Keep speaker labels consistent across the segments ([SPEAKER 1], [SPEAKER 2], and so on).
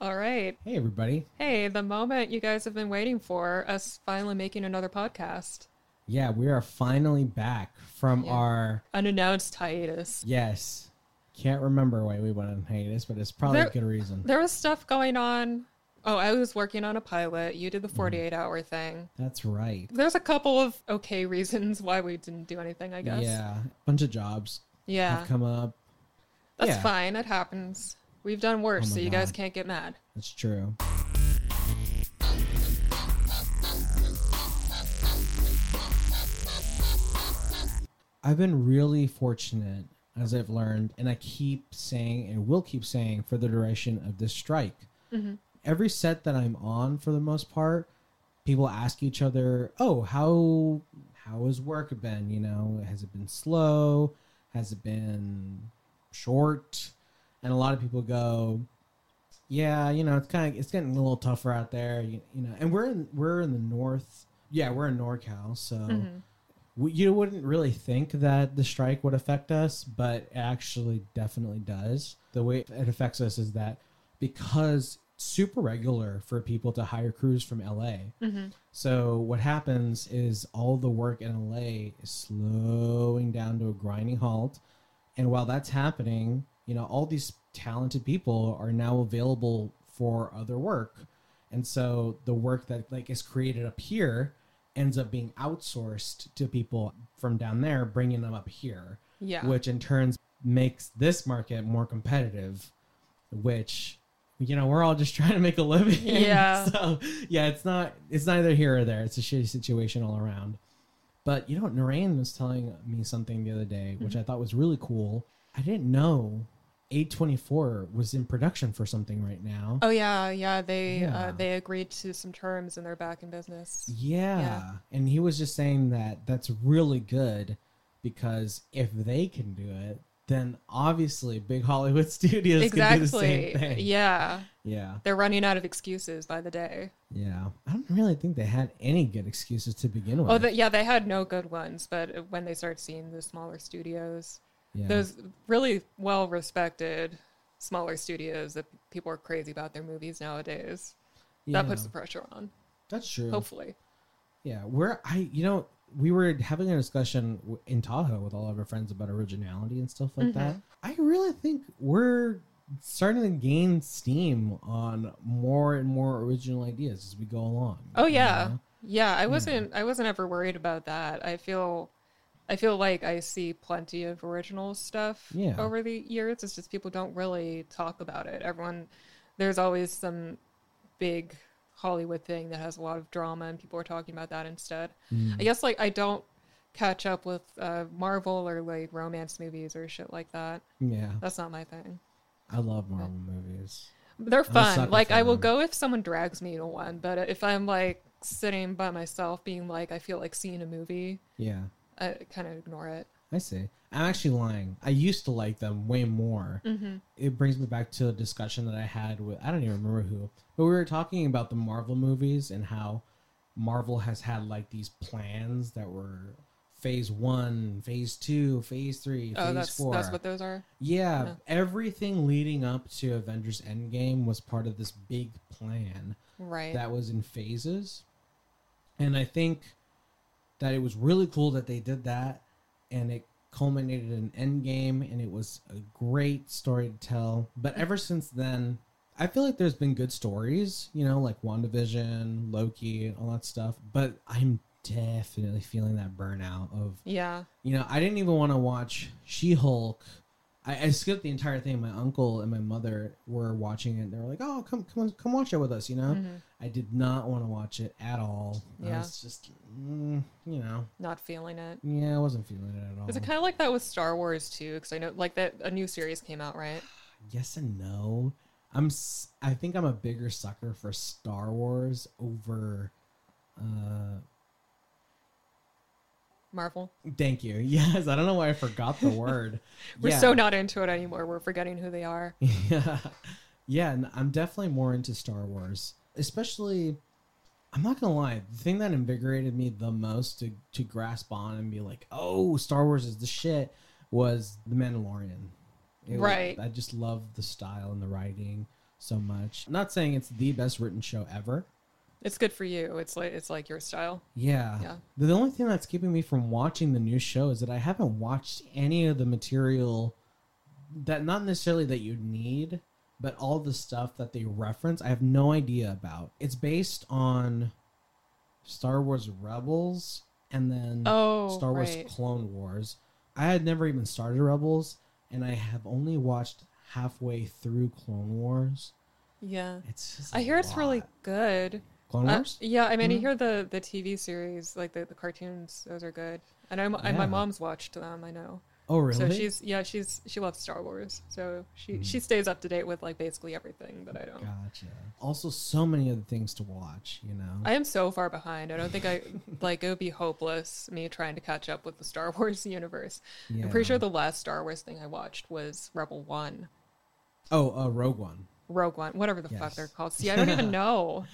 [SPEAKER 1] All right.
[SPEAKER 2] Hey, everybody.
[SPEAKER 1] Hey, the moment you guys have been waiting for us finally making another podcast.
[SPEAKER 2] Yeah, we are finally back from
[SPEAKER 1] Yeah.
[SPEAKER 2] our.
[SPEAKER 1] Unannounced hiatus.
[SPEAKER 2] Yes. Can't remember why we went on hiatus, but it's probably
[SPEAKER 1] There-
[SPEAKER 2] a good reason.
[SPEAKER 1] There was stuff going on. Oh, I was working on a pilot. You
[SPEAKER 2] Mm-hmm.
[SPEAKER 1] did the 48 hour thing.
[SPEAKER 2] That's right.
[SPEAKER 1] There's a couple of okay reasons why we didn't do anything, I guess.
[SPEAKER 2] Yeah. bunch of jobs
[SPEAKER 1] Yeah.
[SPEAKER 2] have come up.
[SPEAKER 1] That's
[SPEAKER 2] yeah.
[SPEAKER 1] fine. It happens. We've done worse,
[SPEAKER 2] Oh my
[SPEAKER 1] so you guys
[SPEAKER 2] God.
[SPEAKER 1] can't get mad.
[SPEAKER 2] That's true. I've been really fortunate, as I've learned, and I keep saying and will keep saying for the duration of this strike. Every set that I'm on, for the most part, people ask each other, "Oh, how how has work been? You know, has it been slow? Has it been short?" And a lot of people go, yeah, you know, it's kind of it's getting a little tougher out there, you, you know. And we're in we're in the north. Yeah, we're in NorCal, so
[SPEAKER 1] Mhm.
[SPEAKER 2] we, you wouldn't really think that the strike would affect us, but it actually definitely does. The way it affects us is that because it's super regular for people to hire crews from LA.
[SPEAKER 1] Mhm.
[SPEAKER 2] So what happens is all the work in LA is slowing down to a grinding halt. And while that's happening, you know, all these talented people are now available for other work. And so the work that like is created up here ends up being outsourced to people from down there, bringing them up here,
[SPEAKER 1] Yeah.
[SPEAKER 2] which in turns makes this market more competitive, which you know, we're all just trying to make a living.
[SPEAKER 1] Yeah.
[SPEAKER 2] So yeah, it's not it's neither here or there. It's a shitty situation all around. But you know, Noreen was telling me something the other day,
[SPEAKER 1] Mm-hmm.
[SPEAKER 2] which I thought was really cool. I didn't know A24 was in production for something right now.
[SPEAKER 1] Oh yeah, yeah. They
[SPEAKER 2] Yeah.
[SPEAKER 1] Uh, they agreed to some terms and they're back in business.
[SPEAKER 2] Yeah.
[SPEAKER 1] Yeah.
[SPEAKER 2] And he was just saying that that's really good because if they can do it, then obviously big Hollywood studios can do the
[SPEAKER 1] Exactly.
[SPEAKER 2] same thing.
[SPEAKER 1] Yeah,
[SPEAKER 2] Yeah.
[SPEAKER 1] they're running out of excuses by the day.
[SPEAKER 2] Yeah. I don't really think they had any good excuses to begin with.
[SPEAKER 1] Oh, the, yeah, they had no good ones. But when they start seeing the smaller studios,
[SPEAKER 2] yeah.
[SPEAKER 1] those really well respected smaller studios that people are crazy about their movies nowadays,
[SPEAKER 2] Yeah.
[SPEAKER 1] that puts the pressure on.
[SPEAKER 2] That's true.
[SPEAKER 1] Hopefully,
[SPEAKER 2] Yeah, we're I you know we were having a discussion w- in Tahoe with all of our friends about originality and stuff like that.
[SPEAKER 1] Mm-hmm.
[SPEAKER 2] I really think we're starting to gain steam on more and more original ideas as we go along.
[SPEAKER 1] Oh
[SPEAKER 2] you
[SPEAKER 1] yeah.
[SPEAKER 2] know?
[SPEAKER 1] Yeah, I wasn't I wasn't ever worried about that. I feel I feel like I see plenty of original stuff
[SPEAKER 2] Yeah.
[SPEAKER 1] over the years. It's just people don't really talk about it. Everyone there's always some big Hollywood thing that has a lot of drama and people are talking about that instead.
[SPEAKER 2] Mm.
[SPEAKER 1] I guess like I don't catch up with uh, Marvel or like romance movies or shit like that.
[SPEAKER 2] yeah.
[SPEAKER 1] That's not my thing.
[SPEAKER 2] I love Marvel movies.
[SPEAKER 1] They're
[SPEAKER 2] sucker
[SPEAKER 1] fun. Like
[SPEAKER 2] for
[SPEAKER 1] I will
[SPEAKER 2] them.
[SPEAKER 1] go if someone drags me to one, but if I'm like sitting by myself, being like I feel like seeing a movie,
[SPEAKER 2] Yeah,
[SPEAKER 1] I kind of ignore it.
[SPEAKER 2] I see. I'm actually lying. I used to like them way more.
[SPEAKER 1] Mm-hmm.
[SPEAKER 2] it brings me back to a discussion that I had with I don't even remember who, but we were talking about the Marvel movies and how Marvel has had like these plans that were phase one, phase two, phase three,
[SPEAKER 1] Oh,
[SPEAKER 2] phase
[SPEAKER 1] that's
[SPEAKER 2] four.
[SPEAKER 1] that's what those are.
[SPEAKER 2] yeah,
[SPEAKER 1] yeah.
[SPEAKER 2] everything leading up to Avengers Endgame was part of this big plan
[SPEAKER 1] Right.
[SPEAKER 2] that was in phases. And I think that it was really cool that they did that and it culminated in Endgame and it was a great story to tell. But ever since then, I feel like there's been good stories, you know, like WandaVision, Loki, all that stuff. But I'm definitely feeling that burnout of
[SPEAKER 1] yeah.
[SPEAKER 2] you know, I didn't even want to watch She Hulk. I, I skipped the entire thing. My uncle and my mother were watching it. They were like, "Oh, come, come, come watch it with us," you know.
[SPEAKER 1] Mhm.
[SPEAKER 2] I did not want to watch it at all. I
[SPEAKER 1] Yeah.
[SPEAKER 2] was just, mm, you know,
[SPEAKER 1] Not feeling it.
[SPEAKER 2] yeah, I wasn't feeling it at all.
[SPEAKER 1] Is it kind of like that with Star Wars too? Because I know like that a new series came out, right?
[SPEAKER 2] yes and no. I'm. s- I think I'm a bigger sucker for Star Wars over. Uh,
[SPEAKER 1] Marvel.
[SPEAKER 2] thank you. Yes, I don't know why I forgot the word.
[SPEAKER 1] We're
[SPEAKER 2] Yeah.
[SPEAKER 1] so not into it anymore. We're forgetting who they are.
[SPEAKER 2] yeah, yeah. and I'm definitely more into Star Wars, especially. I'm not gonna lie. The thing that invigorated me the most to to grasp on and be like, "Oh, Star Wars is the shit," was The Mandalorian. It was-
[SPEAKER 1] Right.
[SPEAKER 2] I just love the style and the writing. so much. I'm not saying it's the best written show ever.
[SPEAKER 1] It's good for you. It's like it's like your style.
[SPEAKER 2] Yeah.
[SPEAKER 1] Yeah.
[SPEAKER 2] The the only thing that's keeping me from watching the new show is that I haven't watched any of the material that not necessarily that you need, but all the stuff that they reference, I have no idea about. It's based on Star Wars Rebels and then
[SPEAKER 1] Oh,
[SPEAKER 2] Star Wars
[SPEAKER 1] right.
[SPEAKER 2] Clone Wars. I had never even started Rebels and I have only watched halfway through Clone Wars.
[SPEAKER 1] Yeah.
[SPEAKER 2] It's just
[SPEAKER 1] I
[SPEAKER 2] a
[SPEAKER 1] hear it's really
[SPEAKER 2] lot.
[SPEAKER 1] good.
[SPEAKER 2] Clone
[SPEAKER 1] Uh,
[SPEAKER 2] Wars?
[SPEAKER 1] yeah, I mean, I
[SPEAKER 2] Mhm.
[SPEAKER 1] hear the the TV series, like the, the cartoons, those are good. And I, and my
[SPEAKER 2] Yeah.
[SPEAKER 1] mom's watched them. I know.
[SPEAKER 2] oh really? Mm-hmm.
[SPEAKER 1] So she's yeah, she's she loves Star Wars. So she she stays up to date with like basically everything that I don't.
[SPEAKER 2] Gotcha. Also, so many other things to watch, you know?
[SPEAKER 1] I am so far behind. I don't think I like it would be hopeless me trying to catch up with the Star Wars universe. I'm pretty sure
[SPEAKER 2] Yeah.
[SPEAKER 1] the last Star Wars thing I watched was Rebel One,
[SPEAKER 2] Oh, uh, Rogue One.
[SPEAKER 1] Rogue One, whatever the fuck
[SPEAKER 2] Yes.
[SPEAKER 1] they're called. See, I don't even know.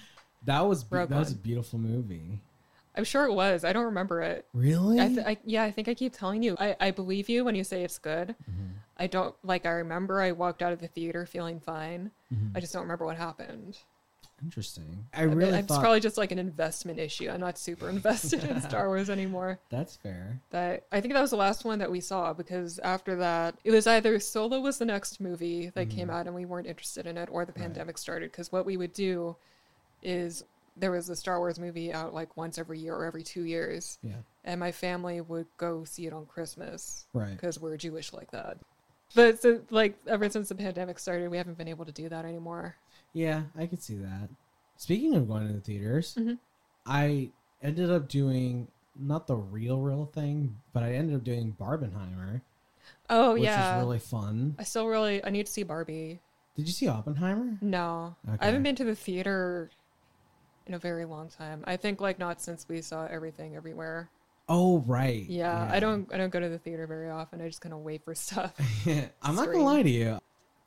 [SPEAKER 2] That was be-
[SPEAKER 1] Rogue
[SPEAKER 2] that was a
[SPEAKER 1] One.
[SPEAKER 2] beautiful movie.
[SPEAKER 1] I'm sure it was. I don't remember it.
[SPEAKER 2] Really?
[SPEAKER 1] I th- I, yeah, I think I keep telling you. I, I believe you when you say it's good.
[SPEAKER 2] Mm-hmm.
[SPEAKER 1] I don't like. I remember I walked out of the theater feeling fine. I just don't remember what happened.
[SPEAKER 2] Mm-hmm. Interesting. I really
[SPEAKER 1] it's
[SPEAKER 2] thought
[SPEAKER 1] probably just like an investment issue. I'm not super invested in Star Wars anymore.
[SPEAKER 2] that's fair.
[SPEAKER 1] That I think that was the last one that we saw because after that, it was either Solo was the next movie that
[SPEAKER 2] Mm-hmm.
[SPEAKER 1] came out and we weren't interested in it, or the pandemic started. Because what we would do is there was a Star Wars movie out like once every year or every two years,
[SPEAKER 2] Yeah.
[SPEAKER 1] and my family would go see it on Christmas
[SPEAKER 2] Right.
[SPEAKER 1] because we're Jewish like that. But so, like ever since the pandemic started, we haven't been able to do that anymore.
[SPEAKER 2] Yeah, I could see that. Speaking of going to the theaters,
[SPEAKER 1] Mm-hmm.
[SPEAKER 2] I ended up doing not the real real thing, but I ended up doing Barbenheimer,
[SPEAKER 1] Oh
[SPEAKER 2] which
[SPEAKER 1] yeah,
[SPEAKER 2] was really fun.
[SPEAKER 1] I still really I need to see Barbie.
[SPEAKER 2] Did you see Oppenheimer?
[SPEAKER 1] No,
[SPEAKER 2] Okay.
[SPEAKER 1] I haven't been to the theater in a very long time. I think like not since we saw Everything Everywhere.
[SPEAKER 2] Oh right.
[SPEAKER 1] Yeah, I don't I don't go to the theater very often. I just kind of wait for stuff.
[SPEAKER 2] I'm not gonna
[SPEAKER 1] Scream.
[SPEAKER 2] lie to you.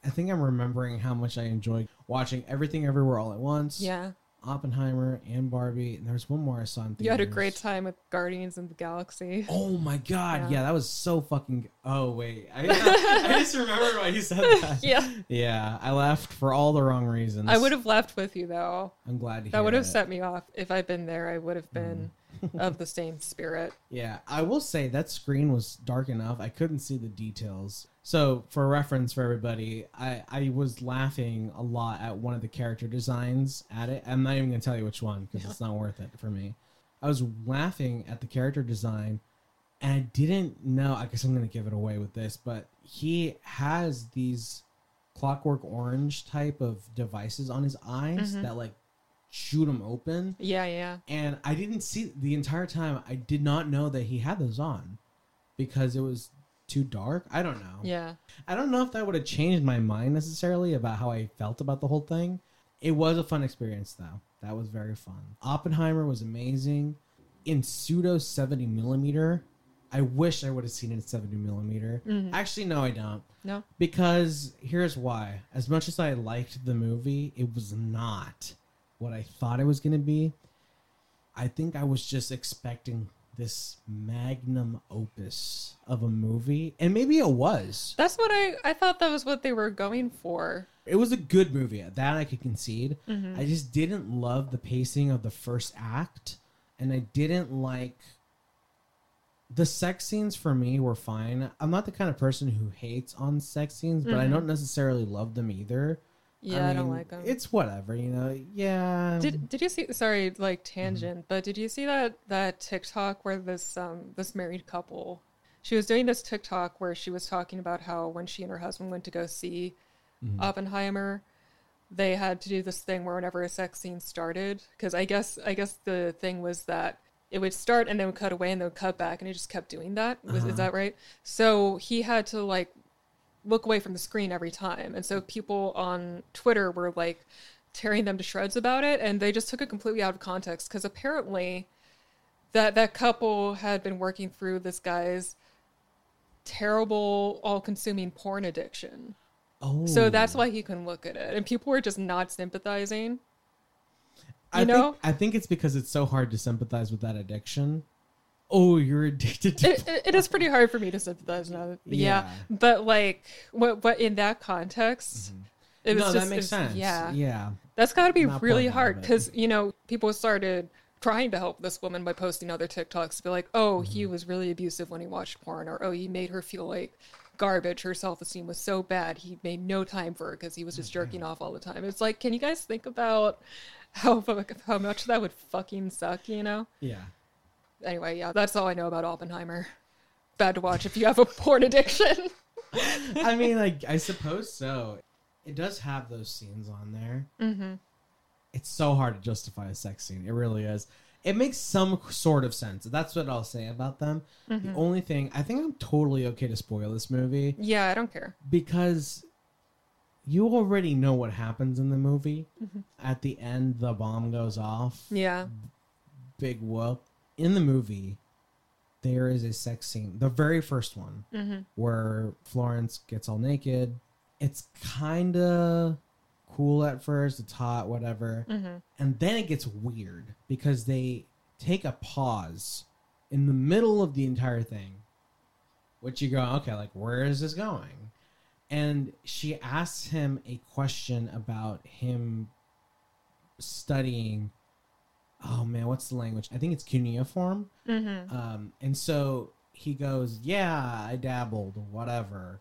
[SPEAKER 2] I think I'm remembering how much I enjoyed watching everything everywhere all at once.
[SPEAKER 1] yeah,
[SPEAKER 2] Oppenheimer and Barbie. And there's one more I saw in theaters.
[SPEAKER 1] you had a great time with Guardians of the Galaxy.
[SPEAKER 2] Oh my god, yeah.
[SPEAKER 1] Yeah.
[SPEAKER 2] that was so fucking Oh wait. I, I just remembered why you said that.
[SPEAKER 1] yeah,
[SPEAKER 2] Yeah, I left for all the wrong reasons.
[SPEAKER 1] I would have left with you though.
[SPEAKER 2] I'm glad to hear
[SPEAKER 1] That would have
[SPEAKER 2] it.
[SPEAKER 1] set me off. If I'd been there, I would have been
[SPEAKER 2] Mm.
[SPEAKER 1] of the same spirit.
[SPEAKER 2] Yeah, I will say that screen was dark enough. I couldn't see the details. So, for reference for everybody, I, I was laughing a lot at one of the character designs at it. I'm not even going to tell you which one because it's not worth it for me. I was laughing at the character design and I didn't know. I guess I'm going to give it away with this, but he has these clockwork orange type of devices on his eyes
[SPEAKER 1] Mhm.
[SPEAKER 2] that like shoot him open
[SPEAKER 1] Yeah, yeah.
[SPEAKER 2] and I didn't see the entire time. I did not know that he had those on because it was too dark. I don't know.
[SPEAKER 1] Yeah.
[SPEAKER 2] I don't know if that would have changed my mind necessarily about how I felt about the whole thing. It was a fun experience though. That was very fun. Oppenheimer was amazing. In pseudo 70 millimeter, I wish I would have seen it in 70 millimeter.
[SPEAKER 1] Mhm.
[SPEAKER 2] Actually, no, I don't.
[SPEAKER 1] No.
[SPEAKER 2] Because here's why. As much as I liked the movie, it was not what I thought it was going to be. I think I was just expecting this magnum opus of a movie, and maybe it was.
[SPEAKER 1] That's what I I thought that was what they were going for.
[SPEAKER 2] It was a good movie, uh, that I could concede. I just didn't love the pacing of the first act, and I didn't like the sex scenes for me were fine. I'm not the kind of person who hates on sex scenes, but I
[SPEAKER 1] Mhm.
[SPEAKER 2] don't necessarily love them either.
[SPEAKER 1] Yeah, I, don't
[SPEAKER 2] mean,
[SPEAKER 1] like them.
[SPEAKER 2] It's whatever, you know. Yeah.
[SPEAKER 1] Did did you see sorry, like tangent, but did you see that that TikTok where this um this married couple she was doing this TikTok where she was talking about how when she and her husband went to go see Oppenheimer, they had to do this thing where whenever a sex scene started, because I guess I guess the thing was that it would start and then would cut away and then would cut back, and it just kept doing that. Was,
[SPEAKER 2] Uh-huh.
[SPEAKER 1] Is that right? So he had to like look away from the screen every time, and so people on Twitter were like tearing them to shreds about it, and they just took it completely out of context because apparently that that couple had been working through this guy's terrible all-consuming porn addiction.
[SPEAKER 2] oh,
[SPEAKER 1] So that's why he couldn't look at it. And people were just not sympathizing.
[SPEAKER 2] I
[SPEAKER 1] you know-
[SPEAKER 2] Think, I think it's because it's so hard to sympathize with that addiction. Oh, you're addicted to.
[SPEAKER 1] It, it, it is pretty hard for me to sympathize now. Yeah.
[SPEAKER 2] Yeah.
[SPEAKER 1] But like what what in that context, It was
[SPEAKER 2] Mm-hmm. no,
[SPEAKER 1] just,
[SPEAKER 2] that makes
[SPEAKER 1] it was-
[SPEAKER 2] sense.
[SPEAKER 1] Yeah.
[SPEAKER 2] yeah.
[SPEAKER 1] That's got to be
[SPEAKER 2] Not
[SPEAKER 1] really
[SPEAKER 2] part of
[SPEAKER 1] hard
[SPEAKER 2] it.
[SPEAKER 1] because, you know, people started trying to help this woman by posting other TikToks to be like, oh, he
[SPEAKER 2] Mm-hmm.
[SPEAKER 1] was really abusive when he watched porn, or oh, he made her feel like garbage. Her self esteem was so bad. He made no time for her because he was
[SPEAKER 2] Mm-hmm.
[SPEAKER 1] just jerking off all the time. It's like, can you guys think about how, fu- how much that would fucking suck, you know?
[SPEAKER 2] Yeah.
[SPEAKER 1] Anyway, yeah, that's all I know about Oppenheimer. Bad to watch if you have a porn addiction.
[SPEAKER 2] I mean, I, I suppose so. It does have those scenes on there.
[SPEAKER 1] mm-hmm.
[SPEAKER 2] It's so hard to justify a sex scene. It really is. It makes some sort of sense. That's what I'll say about them.
[SPEAKER 1] Mm-hmm.
[SPEAKER 2] The only thing, I think I'm totally okay to spoil this movie
[SPEAKER 1] Yeah, I don't care.
[SPEAKER 2] because you already know what happens in the movie. At the end, the bomb goes off.
[SPEAKER 1] Yeah.
[SPEAKER 2] Big whoop. In the movie, there is a sex scene, the very first one,
[SPEAKER 1] Mhm.
[SPEAKER 2] where Florence gets all naked. It's kind of cool at first, it's hot, whatever.
[SPEAKER 1] Mm-hmm.
[SPEAKER 2] And then it gets weird because they take a pause in the middle of the entire thing, which you go, okay, like, where is this going? And she asks him a question about him studying. Oh man, what's the language? I think it's cuneiform.
[SPEAKER 1] Mm-hmm.
[SPEAKER 2] Um, and so he goes, Yeah, I dabbled, whatever.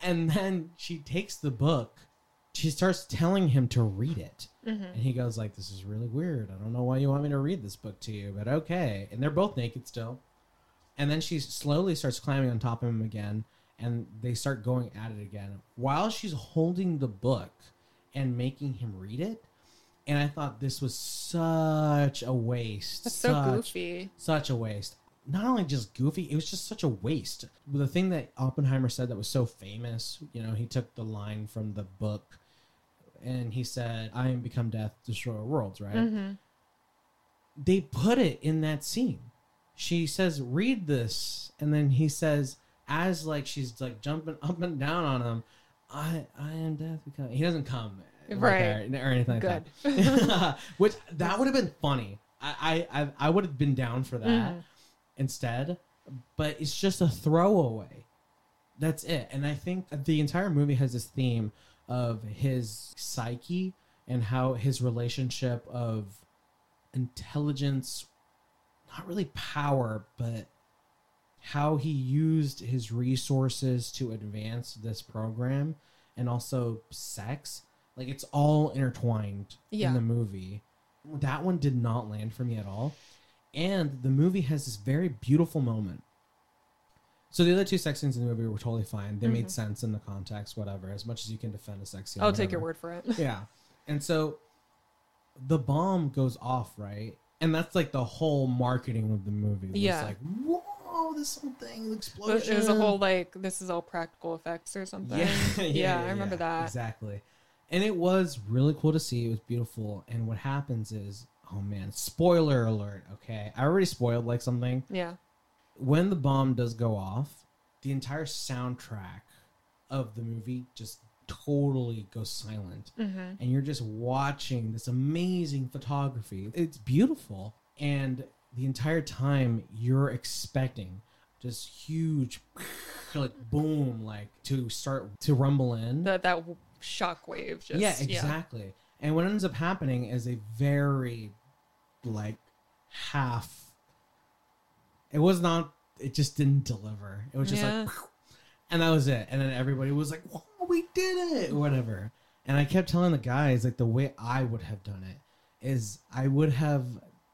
[SPEAKER 2] And then she takes the book. She starts telling him to read it.
[SPEAKER 1] Mm-hmm.
[SPEAKER 2] And he goes, like, This is really weird. I don't know why you want me to read this book to you, but okay. And they're both naked still. And then she slowly starts climbing on top of him again. And they start going at it again while she's holding the book and making him read it. And I thought this was such a waste.
[SPEAKER 1] That's so
[SPEAKER 2] such
[SPEAKER 1] goofy.
[SPEAKER 2] such a waste. Not only just goofy, it was just such a waste. The thing that Oppenheimer said that was so famous, you know, he took the line from the book and he said, I am become death, destroyer of worlds, right?
[SPEAKER 1] Mm-hmm.
[SPEAKER 2] They put it in that scene. She says, Read this. And then he says, as like she's like jumping up and down on him, I I am death become he doesn't come
[SPEAKER 1] Right.
[SPEAKER 2] there or anything like that.
[SPEAKER 1] Good.
[SPEAKER 2] which that would have been funny. I I I, I would have been down for that
[SPEAKER 1] Mhm.
[SPEAKER 2] instead. But it's just a throwaway. That's it. And I think the entire movie has this theme of his psyche and how his relationship of intelligence, not really power, but how he used his resources to advance this program and also sex. Like it's all intertwined
[SPEAKER 1] Yeah.
[SPEAKER 2] in the movie. That one did not land for me at all. And the movie has this very beautiful moment. So the other two sex scenes in the movie were totally fine. They made sense in the context, whatever. As much as you can defend a sex scene,
[SPEAKER 1] Mm-hmm. I'll take your
[SPEAKER 2] whatever.
[SPEAKER 1] word for it.
[SPEAKER 2] Yeah. And so the bomb goes off, right? And that's like the whole marketing of the movie. was
[SPEAKER 1] Yeah.
[SPEAKER 2] like, whoa, this whole thing, the explosion.
[SPEAKER 1] It was a whole like this is all practical effects or something.
[SPEAKER 2] Oh, Yeah.
[SPEAKER 1] I remember
[SPEAKER 2] yeah,
[SPEAKER 1] that.
[SPEAKER 2] Exactly. And it was really cool to see. It was beautiful. And what happens is, oh man, spoiler alert, okay? I already spoiled like something.
[SPEAKER 1] Yeah.
[SPEAKER 2] when the bomb does go off, the entire soundtrack of the movie just totally goes silent.
[SPEAKER 1] Mhm.
[SPEAKER 2] And you're just watching this amazing photography. It's beautiful. And the entire time you're expecting just huge like boom like to start to rumble in.
[SPEAKER 1] That that w- shock wave just
[SPEAKER 2] yeah, exactly. And what ends up happening is a very like half it was not it just didn't deliver. It was just
[SPEAKER 1] Yeah.
[SPEAKER 2] like and that was it. And then everybody was like, Whoa, we did it or whatever. And I kept telling the guys like the way I would have done it is I would have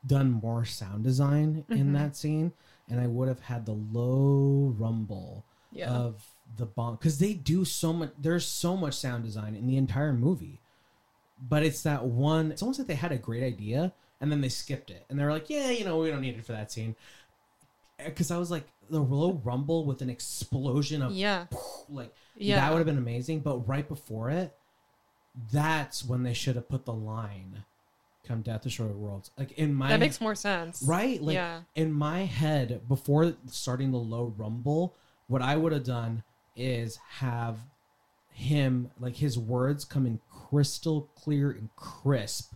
[SPEAKER 2] done more sound design in
[SPEAKER 1] Mhm.
[SPEAKER 2] that scene and I would have had the low rumble
[SPEAKER 1] Yeah.
[SPEAKER 2] of the bomb because they do so much there's so much sound design in the entire movie but it's that one it's almost like they had a great idea and then they skipped it and they were like yeah you know we don't need it for that scene because i was like the low rumble with an explosion of
[SPEAKER 1] yeah.
[SPEAKER 2] like
[SPEAKER 1] Yeah.
[SPEAKER 2] that would have been amazing but right before it that's when they should have put the line come death destroy worlds like in my
[SPEAKER 1] that makes more sense.
[SPEAKER 2] Right? Like
[SPEAKER 1] Yeah.
[SPEAKER 2] in my head, before starting the low rumble, what I would have done is have him like his words come in crystal clear and crisp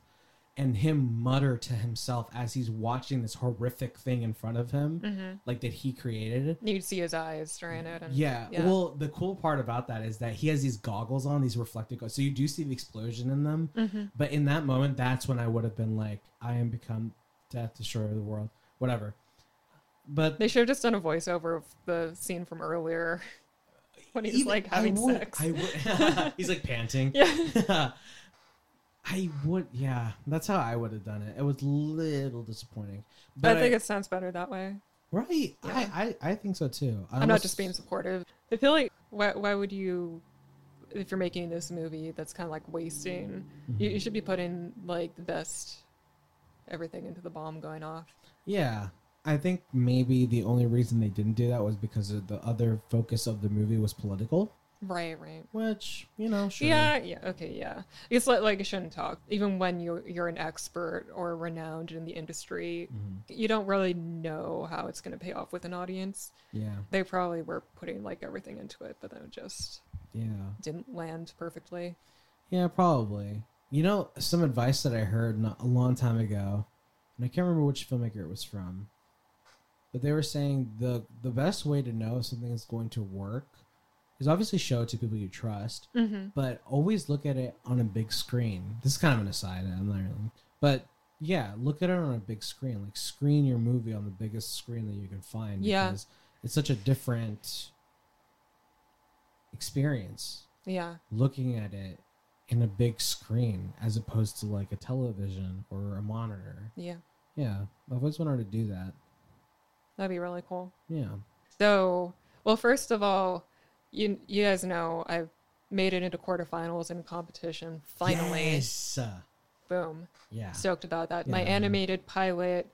[SPEAKER 2] and him mutter to himself as he's watching this horrific thing in front of him, like that he created.
[SPEAKER 1] You'd see his eyes during it. And,
[SPEAKER 2] Yeah. Well, the cool part about that is that he has these goggles on, these reflective goggles. So you do see the explosion in them.
[SPEAKER 1] Mhm.
[SPEAKER 2] But in that moment, that's when I would have been like, I am become death, destroyer of the world, whatever. But
[SPEAKER 1] They should have just done a voiceover of the scene from earlier when he's
[SPEAKER 2] even-
[SPEAKER 1] like having
[SPEAKER 2] I would,
[SPEAKER 1] sex.
[SPEAKER 2] I would, he's like panting.
[SPEAKER 1] yeah.
[SPEAKER 2] I would, yeah. That's how I would have done it. It was a little disappointing. But
[SPEAKER 1] I think it sounds better that way.
[SPEAKER 2] right.
[SPEAKER 1] Yeah.
[SPEAKER 2] I, I, I think so too. I
[SPEAKER 1] I'm not
[SPEAKER 2] almost-
[SPEAKER 1] just being supportive. I feel like why why would you if you're making this movie that's kind of like wasting you, you should be putting like the best everything into the bomb going off.
[SPEAKER 2] Yeah. I think maybe the only reason they didn't do that was because of the other focus of the movie was political,
[SPEAKER 1] Right, right.
[SPEAKER 2] which, you know, sure.
[SPEAKER 1] Yeah, yeah, okay, yeah. It's like like you shouldn't talk even when you you're an expert or renowned in the industry. You don't really know how it's going to pay off with an audience.
[SPEAKER 2] Yeah.
[SPEAKER 1] They probably were putting like everything into it, but then it just
[SPEAKER 2] Yeah.
[SPEAKER 1] didn't land perfectly.
[SPEAKER 2] Yeah, probably. You know, some advice that I heard not, a long time ago, and I can't remember which filmmaker it was from, but they were saying the the best way to know if something is going to work is obviously show it to people you trust,
[SPEAKER 1] Mhm.
[SPEAKER 2] but always look at it on a big screen. This is kind of an aside. I'm not really, but yeah, look at it on a big screen. Like screen your movie on the biggest screen that you can find.
[SPEAKER 1] Yeah.
[SPEAKER 2] because it's such a different experience
[SPEAKER 1] Yeah.
[SPEAKER 2] looking at it in a big screen as opposed to like a television or a monitor.
[SPEAKER 1] Yeah.
[SPEAKER 2] Yeah, I've always wanted to do that.
[SPEAKER 1] That'd be really cool.
[SPEAKER 2] Yeah.
[SPEAKER 1] So, well, first of all, you you guys know I've made it into quarterfinals in competition. Finally,
[SPEAKER 2] Yes.
[SPEAKER 1] boom!
[SPEAKER 2] Yeah.
[SPEAKER 1] Stoked about that. My
[SPEAKER 2] Yeah.
[SPEAKER 1] animated pilot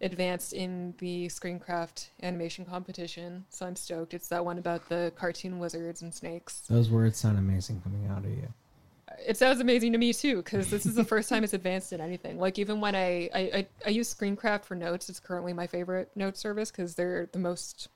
[SPEAKER 1] advanced in the Screencraft animation competition, so I'm stoked. It's that one about the cartoon wizards and snakes.
[SPEAKER 2] Those words sound amazing coming out of you.
[SPEAKER 1] It sounds amazing to me too, because this is the first time it's advanced in anything. Like even when I I, I I use Screencraft for notes, it's currently my favorite note service because they're the most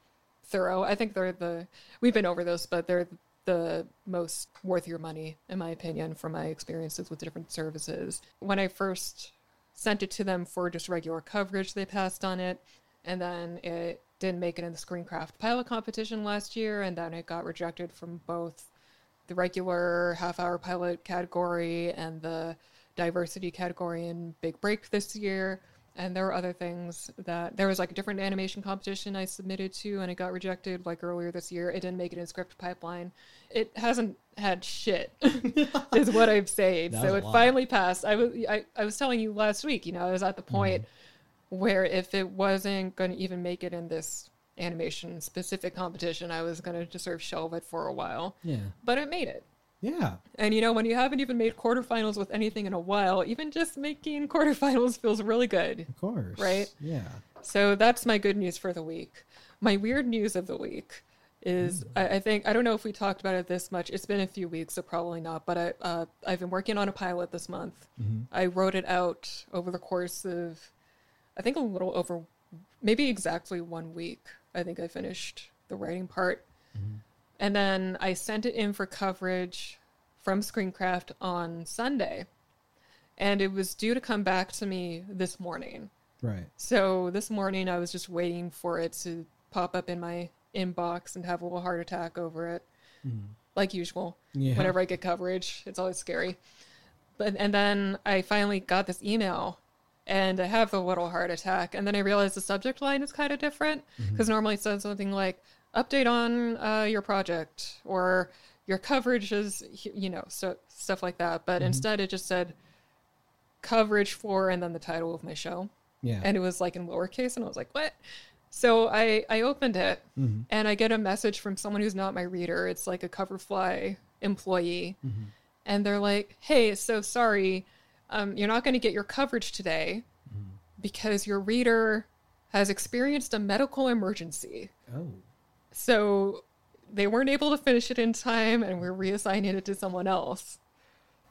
[SPEAKER 1] thorough. I think they're the we've been over this, but they're the most worth your money in my opinion from my experiences with different services. When I first sent it to them for just regular coverage, they passed on it, and then it didn't make it in the Screencraft pilot competition last year, and then it got rejected from both the regular half hour pilot category and the diversity category in Big Break this year. And there were other things that there was like a different animation competition I submitted to and it got rejected like earlier this year. It didn't make it in script pipeline. It hasn't had shit, is what I'm saying.
[SPEAKER 2] That was
[SPEAKER 1] so
[SPEAKER 2] a
[SPEAKER 1] it
[SPEAKER 2] lot.
[SPEAKER 1] finally passed. I was I, I was telling you last week, you know, I was at the
[SPEAKER 2] Mm-hmm.
[SPEAKER 1] point where if it wasn't going to even make it in this animation specific competition, I was going to just sort of shelve it for a while.
[SPEAKER 2] Yeah.
[SPEAKER 1] But it made it.
[SPEAKER 2] Yeah.
[SPEAKER 1] And you know, when you haven't even made quarterfinals with anything in a while, even just making quarterfinals feels really good.
[SPEAKER 2] Of course.
[SPEAKER 1] Right?
[SPEAKER 2] Yeah.
[SPEAKER 1] So that's my good news for the week. My weird news of the week is I, I think I don't know if we talked about it this much. It's been a few weeks, so probably not. But I uh, I've been working on a pilot this month. I wrote it out over the course of I think a little over maybe exactly one week. I think I finished the writing part. And then I sent it in for coverage from Screencraft on Sunday. And it was due to come back to me this morning.
[SPEAKER 2] Right.
[SPEAKER 1] So this morning I was just waiting for it to pop up in my inbox and have a little heart attack over it. Like usual.
[SPEAKER 2] Yeah.
[SPEAKER 1] Whenever I get coverage, it's always scary. But and then I finally got this email and I have the little heart attack and then I realized the subject line is kind of different because normally it says something like update on uh, your project or your coverage is you know so stuff like that but instead it just said coverage for and then the title of my show
[SPEAKER 2] Yeah.
[SPEAKER 1] and it was like in lowercase and i was like what so i i opened it
[SPEAKER 2] Mhm.
[SPEAKER 1] and i get a message from someone who's not my reader it's like a coverfly employee
[SPEAKER 2] Mm-hmm.
[SPEAKER 1] and they're like hey so sorry um, you're not going to get your coverage today
[SPEAKER 2] Mm-hmm.
[SPEAKER 1] because your reader has experienced a medical emergency
[SPEAKER 2] oh.
[SPEAKER 1] so they weren't able to finish it in time and we're reassigning it to someone else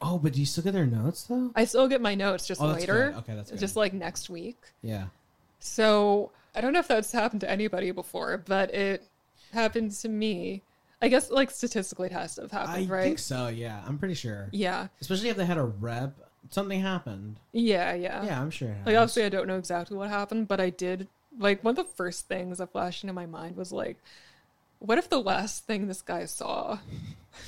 [SPEAKER 2] Oh, but do you still get their notes though?
[SPEAKER 1] i still get my notes just
[SPEAKER 2] Oh, that's
[SPEAKER 1] later
[SPEAKER 2] good. Okay, that's good.
[SPEAKER 1] just like next week
[SPEAKER 2] Yeah.
[SPEAKER 1] So I don't know if that's happened to anybody before, but it happened to me. I guess like statistically it has to have
[SPEAKER 2] I
[SPEAKER 1] happened, right?
[SPEAKER 2] think so. Yeah. I'm pretty sure.
[SPEAKER 1] Yeah.
[SPEAKER 2] Especially if they had a rep something happened.
[SPEAKER 1] Yeah, yeah.
[SPEAKER 2] Yeah, I'm sure it happened.
[SPEAKER 1] Like obviously I don't know exactly what happened, but I did like one of the first things that flashed into my mind was like, what if the last thing this guy saw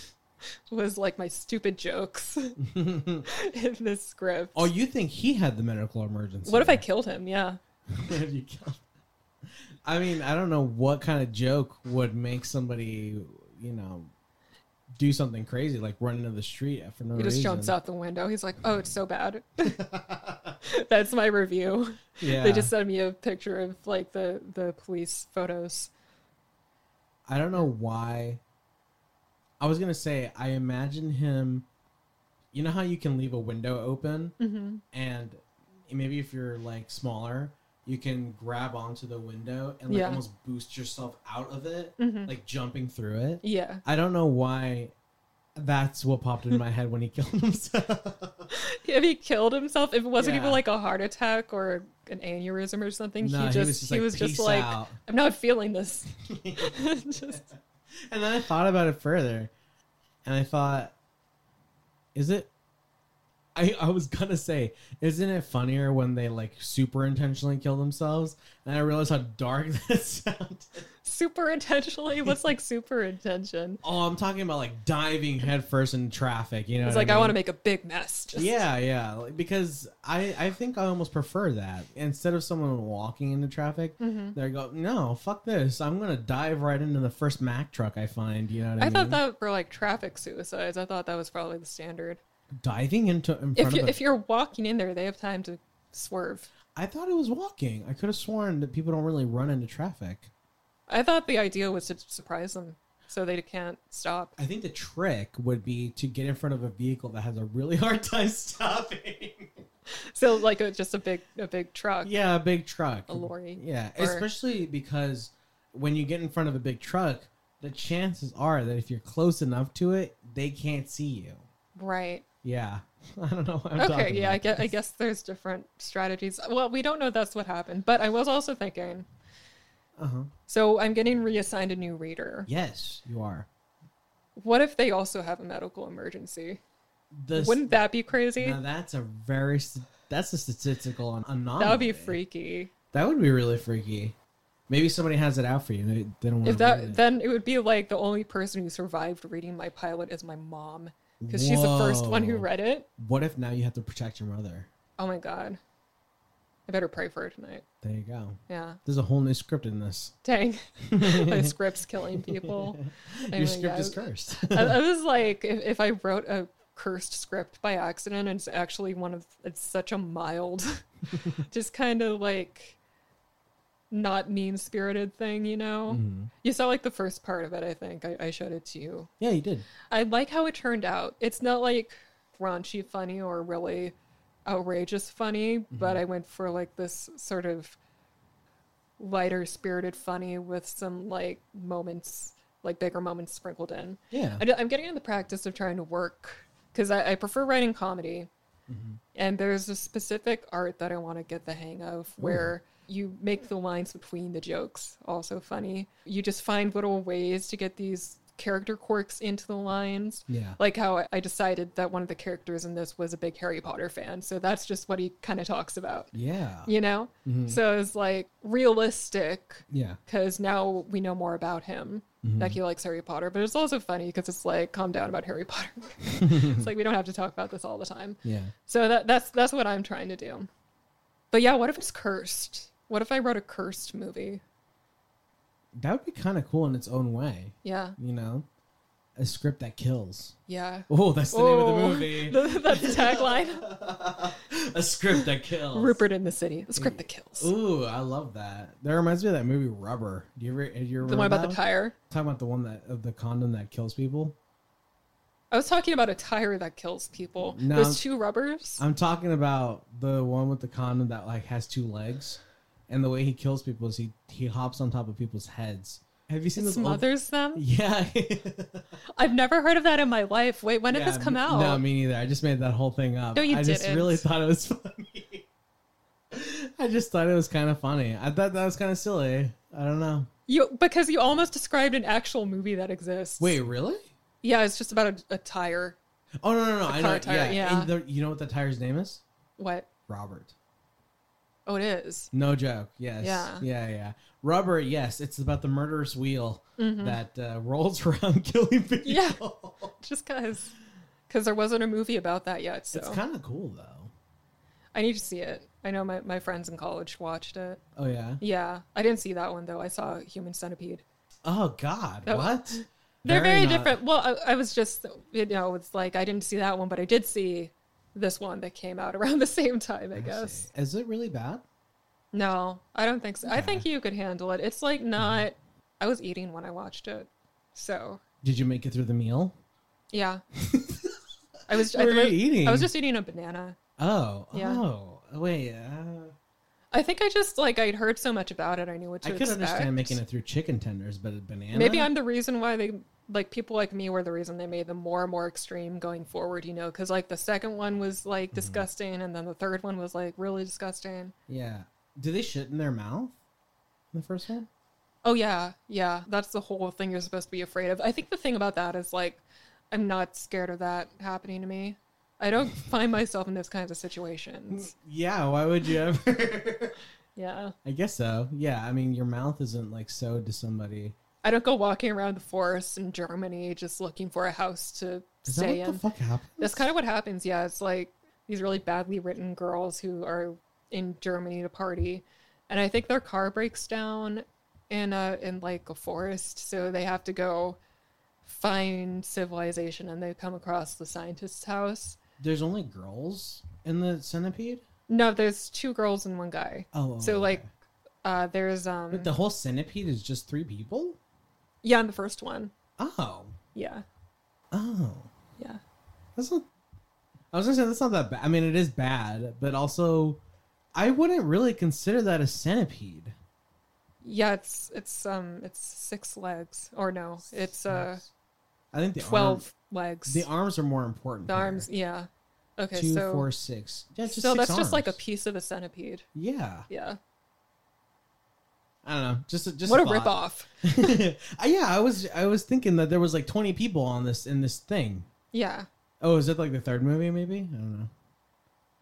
[SPEAKER 1] was like my stupid jokes in this script?
[SPEAKER 2] oh, you think he had the medical emergency?
[SPEAKER 1] what if I killed him? Yeah.
[SPEAKER 2] What if you killed? I mean, I don't know what kind of joke would make somebody, you know, do something crazy like run into the street for no
[SPEAKER 1] He
[SPEAKER 2] reason.
[SPEAKER 1] just jumps out the window. He's like, "Oh, it's so bad." That's my review.
[SPEAKER 2] Yeah,
[SPEAKER 1] They just sent me a picture of like the the police photos.
[SPEAKER 2] I don't know why. I was gonna say I imagine him. You know how you can leave a window open,
[SPEAKER 1] Mm-hmm.
[SPEAKER 2] and maybe if you're like smaller, you can grab onto the window and like
[SPEAKER 1] Yeah.
[SPEAKER 2] almost boost yourself out of it,
[SPEAKER 1] Mm-hmm.
[SPEAKER 2] like jumping through it.
[SPEAKER 1] Yeah,
[SPEAKER 2] I don't know why. That's what popped in my head when he killed himself.
[SPEAKER 1] if he killed himself, if it wasn't
[SPEAKER 2] Yeah.
[SPEAKER 1] even like a heart attack or an aneurysm or something, he just he was just,
[SPEAKER 2] "Peace
[SPEAKER 1] like,
[SPEAKER 2] out."
[SPEAKER 1] "I'm not feeling this."
[SPEAKER 2] and
[SPEAKER 1] just
[SPEAKER 2] then I thought about it further, and I thought, is it? I, I was gonna say, isn't it funnier when they like super intentionally kill themselves? And I realized how dark that sounded.
[SPEAKER 1] super intentionally. What's like super intention?
[SPEAKER 2] Oh, I'm talking about like diving headfirst in traffic. You know,
[SPEAKER 1] It's
[SPEAKER 2] what
[SPEAKER 1] like I,
[SPEAKER 2] I,
[SPEAKER 1] want to make a big mess. Just,
[SPEAKER 2] Yeah, yeah. like, Because I I think I almost prefer that instead of someone walking into traffic.
[SPEAKER 1] Mhm.
[SPEAKER 2] They go, no, fuck this. I'm gonna dive right into the first Mack truck I find. You know what
[SPEAKER 1] I
[SPEAKER 2] I, mean?
[SPEAKER 1] thought that for like traffic suicides, I thought that was probably the standard.
[SPEAKER 2] diving into in front
[SPEAKER 1] If you,
[SPEAKER 2] of. a-
[SPEAKER 1] if you're walking in there, they have time to swerve.
[SPEAKER 2] I thought it was walking. I could have sworn that people don't really run into traffic.
[SPEAKER 1] I thought the idea was to surprise them so they can't stop.
[SPEAKER 2] I think the trick would be to get in front of a vehicle that has a really hard time stopping.
[SPEAKER 1] So like a, just a big a big truck.
[SPEAKER 2] yeah, a big truck,
[SPEAKER 1] A lorry.
[SPEAKER 2] Yeah,
[SPEAKER 1] Or-
[SPEAKER 2] especially because when you get in front of a big truck, the chances are that if you're close enough to it, they can't see you.
[SPEAKER 1] Right.
[SPEAKER 2] Yeah, I don't know. What I'm
[SPEAKER 1] Okay,
[SPEAKER 2] talking
[SPEAKER 1] yeah, I
[SPEAKER 2] about.
[SPEAKER 1] guess, I guess there's different strategies. Well, we don't know that's what happened, but I was also thinking.
[SPEAKER 2] Uh huh.
[SPEAKER 1] So I'm getting reassigned a new reader.
[SPEAKER 2] Yes, you are.
[SPEAKER 1] What if they also have a medical emergency?
[SPEAKER 2] The
[SPEAKER 1] Wouldn't that be crazy?
[SPEAKER 2] now that's a very st- that's a statistical an- anomaly.
[SPEAKER 1] that would be freaky.
[SPEAKER 2] That would be really freaky. Maybe somebody has it out for you. They, they don't want
[SPEAKER 1] If
[SPEAKER 2] to. read
[SPEAKER 1] that
[SPEAKER 2] it.
[SPEAKER 1] then it would be like the only person who survived reading my pilot is my mom because she's the first one who
[SPEAKER 2] Whoa.
[SPEAKER 1] read it.
[SPEAKER 2] What if now you have to protect your mother?
[SPEAKER 1] Oh my god. I better pray for her tonight.
[SPEAKER 2] There you go.
[SPEAKER 1] Yeah.
[SPEAKER 2] There's a whole new script in this.
[SPEAKER 1] Dang. my script's killing people. Anyway,
[SPEAKER 2] your script is
[SPEAKER 1] guys,
[SPEAKER 2] cursed.
[SPEAKER 1] I, I was like, if, if I wrote a cursed script by accident, it's actually one of, it's such a mild, just kind of like not mean spirited thing, you know?
[SPEAKER 2] Mhm.
[SPEAKER 1] You saw like the first part of it, I think. I, I showed it to you.
[SPEAKER 2] Yeah, you did.
[SPEAKER 1] I like how it turned out. It's not like raunchy funny or really outrageous funny, but I went for like this sort of lighter spirited funny with some like moments, like bigger moments sprinkled in.
[SPEAKER 2] Yeah.
[SPEAKER 1] I am getting in the practice of trying to work because I, I prefer writing comedy, and there's a specific art that I want to get the hang of where. You make the lines between the jokes also funny. You just find little ways to get these character quirks into the lines.
[SPEAKER 2] yeah.
[SPEAKER 1] Like how I- I decided that one of the characters in this was a big Harry Potter fan. So that's just what he kind of talks about,
[SPEAKER 2] Yeah.
[SPEAKER 1] you know?
[SPEAKER 2] Mhm.
[SPEAKER 1] So it's like realistic
[SPEAKER 2] Yeah.
[SPEAKER 1] because now we know more about him that
[SPEAKER 2] Mm-hmm.
[SPEAKER 1] he likes Harry Potter. But it's also funny because it's like, calm down about Harry Potter. it's like we don't have to talk about this all the time.
[SPEAKER 2] Yeah.
[SPEAKER 1] So that that's that's what I'm trying to do. But yeah, what if it's cursed? What if I wrote a cursed movie?
[SPEAKER 2] That would be kind of cool in its own way.
[SPEAKER 1] Yeah,
[SPEAKER 2] You know, a script that kills.
[SPEAKER 1] yeah.
[SPEAKER 2] Oh, that's the name
[SPEAKER 1] Oh,
[SPEAKER 2] of the movie.
[SPEAKER 1] that's the tagline.
[SPEAKER 2] a script that kills.
[SPEAKER 1] Rupert in the City. The script that kills.
[SPEAKER 2] Ooh, I love that. That reminds me of that movie Rubber. Do you ever? Do you ever
[SPEAKER 1] the one
[SPEAKER 2] remember
[SPEAKER 1] about the
[SPEAKER 2] that
[SPEAKER 1] tire.
[SPEAKER 2] Talking about the one that of the condom that kills people.
[SPEAKER 1] I was talking about a tire that kills people.
[SPEAKER 2] No, I'm-
[SPEAKER 1] There's two rubbers.
[SPEAKER 2] I'm talking about the one with the condom that like has two legs, and the way he kills people is he he hops on top of people's heads. Have you seen
[SPEAKER 1] It
[SPEAKER 2] this? old-
[SPEAKER 1] smothers them.
[SPEAKER 2] Yeah.
[SPEAKER 1] I've never heard of that in my life. Wait, when did this
[SPEAKER 2] Yeah,
[SPEAKER 1] come
[SPEAKER 2] me-
[SPEAKER 1] out?
[SPEAKER 2] No, me neither. I just made that whole thing up.
[SPEAKER 1] No, you
[SPEAKER 2] I just
[SPEAKER 1] didn't.
[SPEAKER 2] really thought it was funny. I just thought it was kind of funny. I thought that was kind of silly. I don't know.
[SPEAKER 1] You because you almost described an actual movie that exists.
[SPEAKER 2] Wait, really?
[SPEAKER 1] Yeah, it's just about a, a tire.
[SPEAKER 2] Oh no no no! I know.
[SPEAKER 1] car tire,
[SPEAKER 2] yeah,
[SPEAKER 1] yeah.
[SPEAKER 2] And the, you know what the tire's name is?
[SPEAKER 1] What?
[SPEAKER 2] Robert.
[SPEAKER 1] Oh, it is.
[SPEAKER 2] No joke. Yes.
[SPEAKER 1] Yeah.
[SPEAKER 2] Yeah. Yeah. Rubber. Yes. It's about the murderous wheel
[SPEAKER 1] Mhm.
[SPEAKER 2] that uh, rolls around killing people.
[SPEAKER 1] Yeah. Just because. Because there wasn't a movie about that yet, so
[SPEAKER 2] It's kind of cool though.
[SPEAKER 1] I need to see it. I know my, my friends in college watched it.
[SPEAKER 2] Oh yeah.
[SPEAKER 1] Yeah, I didn't see that one though. I saw Human Centipede.
[SPEAKER 2] Oh God.
[SPEAKER 1] Oh.
[SPEAKER 2] What?
[SPEAKER 1] They're very,
[SPEAKER 2] not-
[SPEAKER 1] different. Well, I, I was just, you know, it's like I didn't see that one, but I did see this one that came out around the same time, I,
[SPEAKER 2] see.
[SPEAKER 1] guess.
[SPEAKER 2] Is it really bad?
[SPEAKER 1] No, I don't think so. I
[SPEAKER 2] Okay.
[SPEAKER 1] think you could handle it. It's like not. I was eating when I watched it, so
[SPEAKER 2] Did you make it through the meal?
[SPEAKER 1] yeah. I was.
[SPEAKER 2] What
[SPEAKER 1] I,
[SPEAKER 2] were you
[SPEAKER 1] remember-
[SPEAKER 2] eating?
[SPEAKER 1] I was just eating a banana.
[SPEAKER 2] Oh.
[SPEAKER 1] Yeah.
[SPEAKER 2] Oh. Wait. Uh,
[SPEAKER 1] I think I just like I'd heard so much about it. I knew what to
[SPEAKER 2] I could
[SPEAKER 1] expect.
[SPEAKER 2] understand making it through chicken tenders, but a banana.
[SPEAKER 1] Maybe I'm the reason why they like people like me were the reason they made them more and more extreme going forward. You know, because like the second one was
[SPEAKER 2] Mm-hmm.
[SPEAKER 1] like disgusting, and then the third one was like really disgusting.
[SPEAKER 2] Yeah. Do they shit in their mouth? in The first one.
[SPEAKER 1] Oh yeah, yeah. That's the whole thing you're supposed to be afraid of. I think the thing about that is like I'm not scared of that happening to me. I don't find myself in those kinds of situations.
[SPEAKER 2] Yeah. Why would you ever?
[SPEAKER 1] Yeah.
[SPEAKER 2] I guess so. Yeah, I mean, your mouth isn't like sewed to somebody.
[SPEAKER 1] I don't go walking around the forest in Germany just looking for a house to
[SPEAKER 2] Is
[SPEAKER 1] stay
[SPEAKER 2] that
[SPEAKER 1] in.
[SPEAKER 2] what the fuck happens?
[SPEAKER 1] That's kind of what happens. Yeah, it's like these really badly written girls who are in Germany to party, and I think their car breaks down in a in like a forest, so they have to go find civilization, and they come across the scientist's house.
[SPEAKER 2] There's only girls in the centipede.
[SPEAKER 1] No, there's two girls and one guy.
[SPEAKER 2] Oh,
[SPEAKER 1] so
[SPEAKER 2] okay.
[SPEAKER 1] like, uh, there's um
[SPEAKER 2] But the whole centipede is just three people.
[SPEAKER 1] yeah, in the first one,
[SPEAKER 2] Oh,
[SPEAKER 1] yeah,
[SPEAKER 2] oh,
[SPEAKER 1] yeah.
[SPEAKER 2] that's not. I was gonna say that's not that bad. I mean, it is bad, but also, I wouldn't really consider that a centipede.
[SPEAKER 1] Yeah, it's it's um it's six legs or no, it's uh
[SPEAKER 2] I think the
[SPEAKER 1] twelve
[SPEAKER 2] Arms,
[SPEAKER 1] legs.
[SPEAKER 2] the arms are more important.
[SPEAKER 1] The
[SPEAKER 2] here.
[SPEAKER 1] arms, yeah. Okay,
[SPEAKER 2] Two,
[SPEAKER 1] so
[SPEAKER 2] four, six. Yeah, just
[SPEAKER 1] so
[SPEAKER 2] six
[SPEAKER 1] that's just like a
[SPEAKER 2] arms.
[SPEAKER 1] piece of a centipede.
[SPEAKER 2] Yeah,
[SPEAKER 1] Yeah.
[SPEAKER 2] I don't know. Just a- just
[SPEAKER 1] what a
[SPEAKER 2] thought.
[SPEAKER 1] ripoff.
[SPEAKER 2] Uh, yeah, I was I was thinking that there was like 20 people on this in this thing.
[SPEAKER 1] Yeah.
[SPEAKER 2] Oh, is it like the third movie? Maybe I don't know.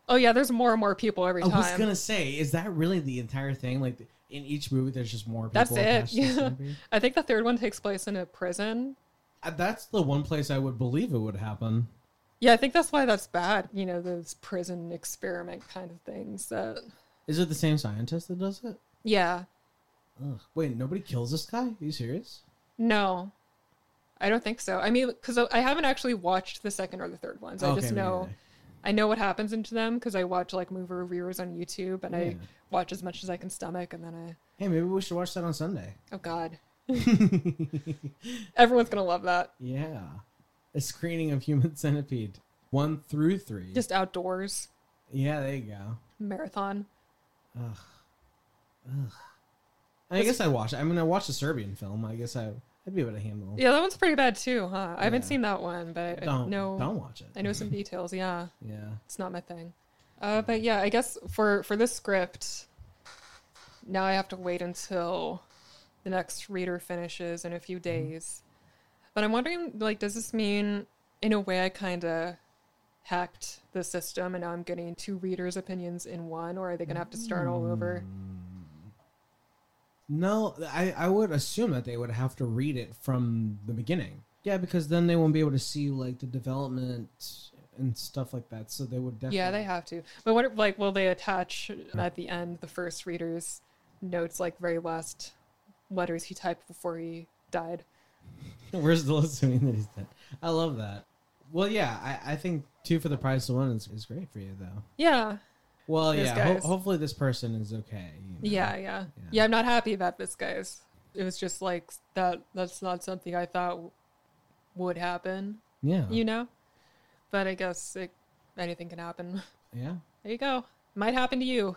[SPEAKER 1] Oh yeah, there's more and more people every
[SPEAKER 2] I was
[SPEAKER 1] time.
[SPEAKER 2] gonna say, is that really the entire thing? Like in each movie, there's just more. people
[SPEAKER 1] That's it,
[SPEAKER 2] attached to
[SPEAKER 1] yeah.
[SPEAKER 2] somebody?
[SPEAKER 1] I think the third one takes place in a prison.
[SPEAKER 2] Uh, That's the one place I would believe it would happen.
[SPEAKER 1] Yeah, I think that's why that's bad. You know, those prison experiment kind of things. That
[SPEAKER 2] Is it the same scientist that does it?
[SPEAKER 1] yeah,
[SPEAKER 2] Ugh. Wait, nobody kills this guy? Are you serious?
[SPEAKER 1] no, I don't think so. I mean, because I haven't actually watched the second or the third ones. I just
[SPEAKER 2] me
[SPEAKER 1] know
[SPEAKER 2] neither.
[SPEAKER 1] I know what happens into them because I watch like movie reviewers on YouTube and
[SPEAKER 2] Yeah.
[SPEAKER 1] I watch as much as I can stomach, and then I
[SPEAKER 2] Hey, maybe we should watch that on Sunday.
[SPEAKER 1] Oh God, everyone's gonna love that.
[SPEAKER 2] yeah, a screening of Human Centipede one through three.
[SPEAKER 1] Just outdoors
[SPEAKER 2] yeah, there you go.
[SPEAKER 1] marathon.
[SPEAKER 2] Ugh. Ugh. I guess I watch. I mean, I watched a Serbian film. I guess I, I'd be able to handle.
[SPEAKER 1] Yeah, that one's pretty bad too, huh? I haven't
[SPEAKER 2] Yeah.
[SPEAKER 1] seen that one, but I
[SPEAKER 2] Don't
[SPEAKER 1] know
[SPEAKER 2] don't watch it.
[SPEAKER 1] I know some details. Yeah,
[SPEAKER 2] Yeah.
[SPEAKER 1] it's not my thing. Uh, but yeah, I guess for for this script, now I have to wait until the next reader finishes in a few days. But I'm wondering, like, does this mean in a way I kind of hacked the system and now I'm getting two readers' opinions in one, or are they gonna have to start all over?
[SPEAKER 2] No, I, I would assume that they would have to read it from the beginning. Yeah, because then they won't be able to see like the development and stuff like that. So they would definitely.
[SPEAKER 1] Yeah, they have to. But what, if, like, will they attach at the end the first reader's notes, like very last letters he typed before he died?
[SPEAKER 2] Where's the listening that he's dead? I love that. Well, yeah, I, I think two for the price of one is, is great for you though.
[SPEAKER 1] Yeah,
[SPEAKER 2] Well,
[SPEAKER 1] Those
[SPEAKER 2] yeah. Ho-
[SPEAKER 1] guys.
[SPEAKER 2] hopefully, this person is okay. you know?
[SPEAKER 1] yeah, yeah,
[SPEAKER 2] Yeah.
[SPEAKER 1] yeah. I'm not happy about this, guys. It was just like that. That's not something I thought w- would happen,
[SPEAKER 2] Yeah.
[SPEAKER 1] you know. But I guess it, anything can happen.
[SPEAKER 2] yeah.
[SPEAKER 1] There you go. Might happen to you.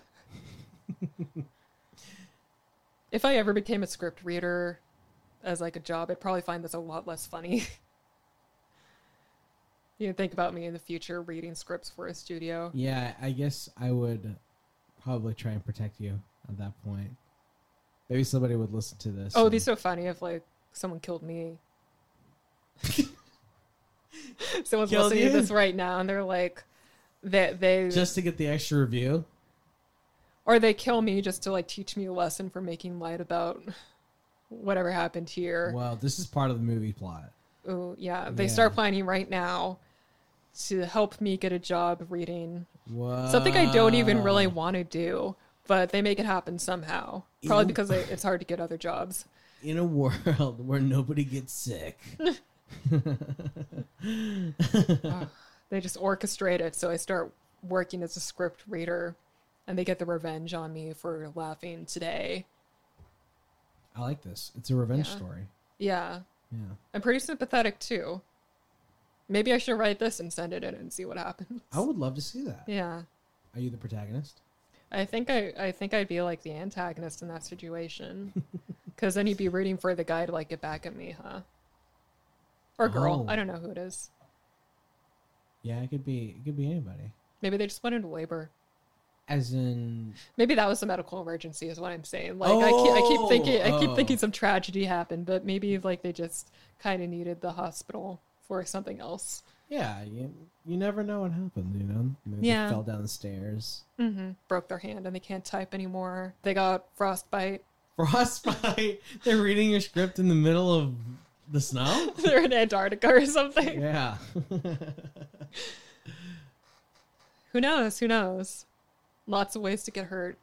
[SPEAKER 1] if I ever became a script reader as like a job, I'd probably find this a lot less funny. you know, think about me in the future reading scripts for a studio.
[SPEAKER 2] Yeah, I guess I would probably try and protect you at that point. Maybe somebody would listen to this.
[SPEAKER 1] Oh, it'd
[SPEAKER 2] and-
[SPEAKER 1] be so funny if like someone killed me. Someone's
[SPEAKER 2] Killed
[SPEAKER 1] listening to
[SPEAKER 2] you?
[SPEAKER 1] this right now, and they're like, they they
[SPEAKER 2] just to get the extra review.
[SPEAKER 1] or they kill me just to like teach me a lesson for making light about whatever happened here.
[SPEAKER 2] Well, this is part of the movie plot.
[SPEAKER 1] Ooh, yeah, they
[SPEAKER 2] Yeah.
[SPEAKER 1] start planning right now to help me get a job reading
[SPEAKER 2] Whoa.
[SPEAKER 1] something I don't even
[SPEAKER 2] Uh.
[SPEAKER 1] really want to do, but they make it happen somehow. Probably
[SPEAKER 2] Ew.
[SPEAKER 1] because they, it's hard to get other jobs.
[SPEAKER 2] in a world where nobody gets sick.
[SPEAKER 1] They just orchestrate it, so I start working as a script reader, and they get the revenge on me for laughing today.
[SPEAKER 2] I like this. It's a revenge
[SPEAKER 1] Yeah.
[SPEAKER 2] story.
[SPEAKER 1] Yeah,
[SPEAKER 2] Yeah.
[SPEAKER 1] I'm pretty sympathetic too. Maybe I should write this and send it in and see what happens.
[SPEAKER 2] I would love to see that.
[SPEAKER 1] Yeah.
[SPEAKER 2] Are you the protagonist?
[SPEAKER 1] I think I, I think I'd be like the antagonist in that situation, because then you'd be rooting for the guy to like get back at me, huh? Or girl,
[SPEAKER 2] Oh.
[SPEAKER 1] I don't know who it is.
[SPEAKER 2] Yeah, it could be it could be anybody.
[SPEAKER 1] Maybe they just went into labor.
[SPEAKER 2] As in
[SPEAKER 1] Maybe that was a medical emergency, is what I'm saying. Like I, keep, I keep
[SPEAKER 2] Oh,
[SPEAKER 1] thinking, I keep
[SPEAKER 2] oh.
[SPEAKER 1] thinking some tragedy happened, but maybe like they just kind of needed the hospital for something else.
[SPEAKER 2] yeah, you, you never know what happened, you know? Maybe they
[SPEAKER 1] Yeah.
[SPEAKER 2] fell down the stairs.
[SPEAKER 1] hmm Broke their hand and they can't type anymore. They got frostbite.
[SPEAKER 2] Frostbite. They're reading your script in the middle of the snow?
[SPEAKER 1] They're in Antarctica or something.
[SPEAKER 2] yeah.
[SPEAKER 1] Who knows? Who knows? Lots of ways to get hurt.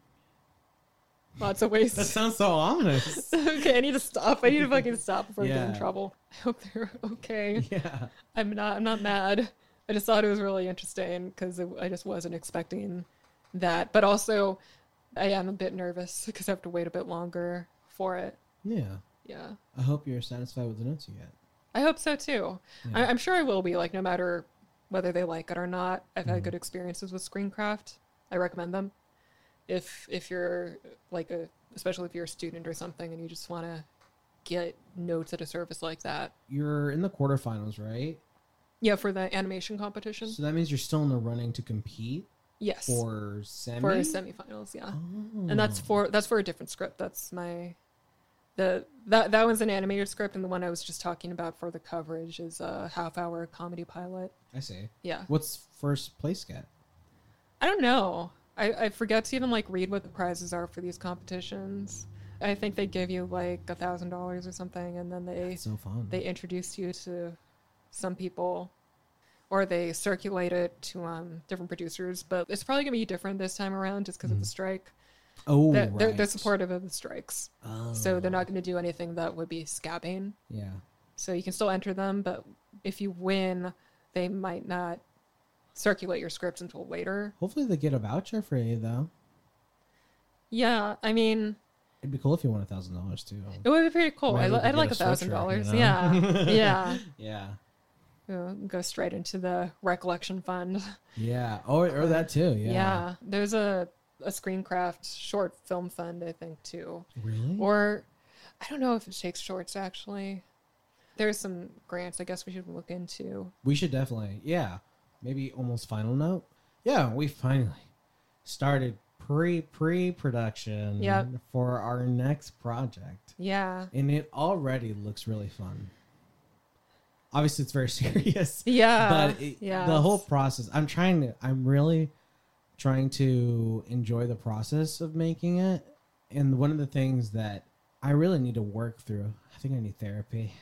[SPEAKER 1] Lots of ways.
[SPEAKER 2] that sounds so ominous.
[SPEAKER 1] okay, I need to stop. I need to fucking stop before I get in
[SPEAKER 2] Yeah.
[SPEAKER 1] trouble. I hope they're okay.
[SPEAKER 2] Yeah.
[SPEAKER 1] I'm not. I'm not mad. I just thought it was really interesting because I just wasn't expecting that. But also, I am a bit nervous because I have to wait a bit longer for it.
[SPEAKER 2] Yeah.
[SPEAKER 1] Yeah,
[SPEAKER 2] I hope you're satisfied with the notes you get.
[SPEAKER 1] I hope so too. I,
[SPEAKER 2] Yeah.
[SPEAKER 1] I'm sure I will be. Like, no matter whether they like it or not, I've had good experiences with Screencraft. I recommend them. If if you're like a, especially if you're a student or something, and you just want to get notes at a service like that.
[SPEAKER 2] You're in the quarterfinals, right?
[SPEAKER 1] Yeah, for the animation competition.
[SPEAKER 2] So that means you're still in the running to compete
[SPEAKER 1] yes, for,
[SPEAKER 2] for semi.
[SPEAKER 1] semifinals. Yeah,
[SPEAKER 2] Oh.
[SPEAKER 1] and that's for that's for a different script. That's my the that that one's an animated script, and the one I was just talking about for the coverage is a half hour comedy pilot.
[SPEAKER 2] I see.
[SPEAKER 1] Yeah,
[SPEAKER 2] What's first place get?
[SPEAKER 1] I don't know. I, I forget to even like read what the prizes are for these competitions. I think they give you like a thousand dollars or something, and then they
[SPEAKER 2] It's so fun.
[SPEAKER 1] they introduce you to some people, or they circulate it to um, different producers. But it's probably gonna be different this time around, just because of the strike.
[SPEAKER 2] oh,
[SPEAKER 1] They're, they're,
[SPEAKER 2] right.
[SPEAKER 1] they're supportive of the strikes,
[SPEAKER 2] Oh,
[SPEAKER 1] so they're not gonna do anything that would be scabbing.
[SPEAKER 2] Yeah.
[SPEAKER 1] So you can still enter them, but if you win, they might not circulate your script until later.
[SPEAKER 2] Hopefully they get a voucher for you though.
[SPEAKER 1] Yeah, I mean.
[SPEAKER 2] It'd be cool if you won a thousand dollars too.
[SPEAKER 1] It would be pretty cool.
[SPEAKER 2] Maybe
[SPEAKER 1] Oh, I,
[SPEAKER 2] we
[SPEAKER 1] li-
[SPEAKER 2] could
[SPEAKER 1] I'd
[SPEAKER 2] get
[SPEAKER 1] like
[SPEAKER 2] a
[SPEAKER 1] a thousand
[SPEAKER 2] sweatshirt,
[SPEAKER 1] dollars.
[SPEAKER 2] you know?
[SPEAKER 1] Yeah, yeah.
[SPEAKER 2] Yeah.
[SPEAKER 1] Ooh, Go straight into the recollection fund.
[SPEAKER 2] Yeah. Or or that too.
[SPEAKER 1] Yeah,
[SPEAKER 2] Yeah.
[SPEAKER 1] there's a a screencraft short film fund, I think too,
[SPEAKER 2] Really?
[SPEAKER 1] or I don't know if it takes shorts actually. There's some grants. I guess we should look into.
[SPEAKER 2] we should definitely. Yeah. Maybe almost final note. Yeah, we finally started pre pre production
[SPEAKER 1] Yep.
[SPEAKER 2] for our next project.
[SPEAKER 1] Yeah,
[SPEAKER 2] and it already looks really fun. Obviously, it's very serious,
[SPEAKER 1] yeah,
[SPEAKER 2] but it,
[SPEAKER 1] Uh, yeah.
[SPEAKER 2] the whole
[SPEAKER 1] it's-
[SPEAKER 2] process. I'm trying to. I'm really trying to enjoy the process of making it. And one of the things that I really need to work through. I think I need therapy.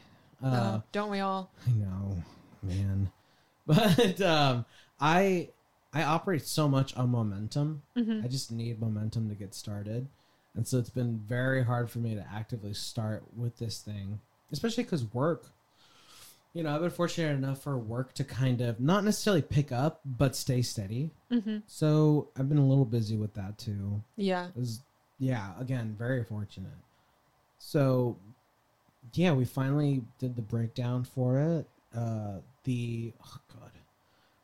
[SPEAKER 2] Uh,
[SPEAKER 1] uh, don't we all?
[SPEAKER 2] I know, man. But um, I I operate so much on momentum.
[SPEAKER 1] Mhm.
[SPEAKER 2] I just need momentum to get started, and so it's been very hard for me to actively start with this thing, especially because work. You know, I've been fortunate enough for work to kind of not necessarily pick up, but stay steady.
[SPEAKER 1] hmm
[SPEAKER 2] So I've been a little busy with that too
[SPEAKER 1] Yeah,
[SPEAKER 2] was yeah again very fortunate so yeah we finally did the breakdown for it uh the oh god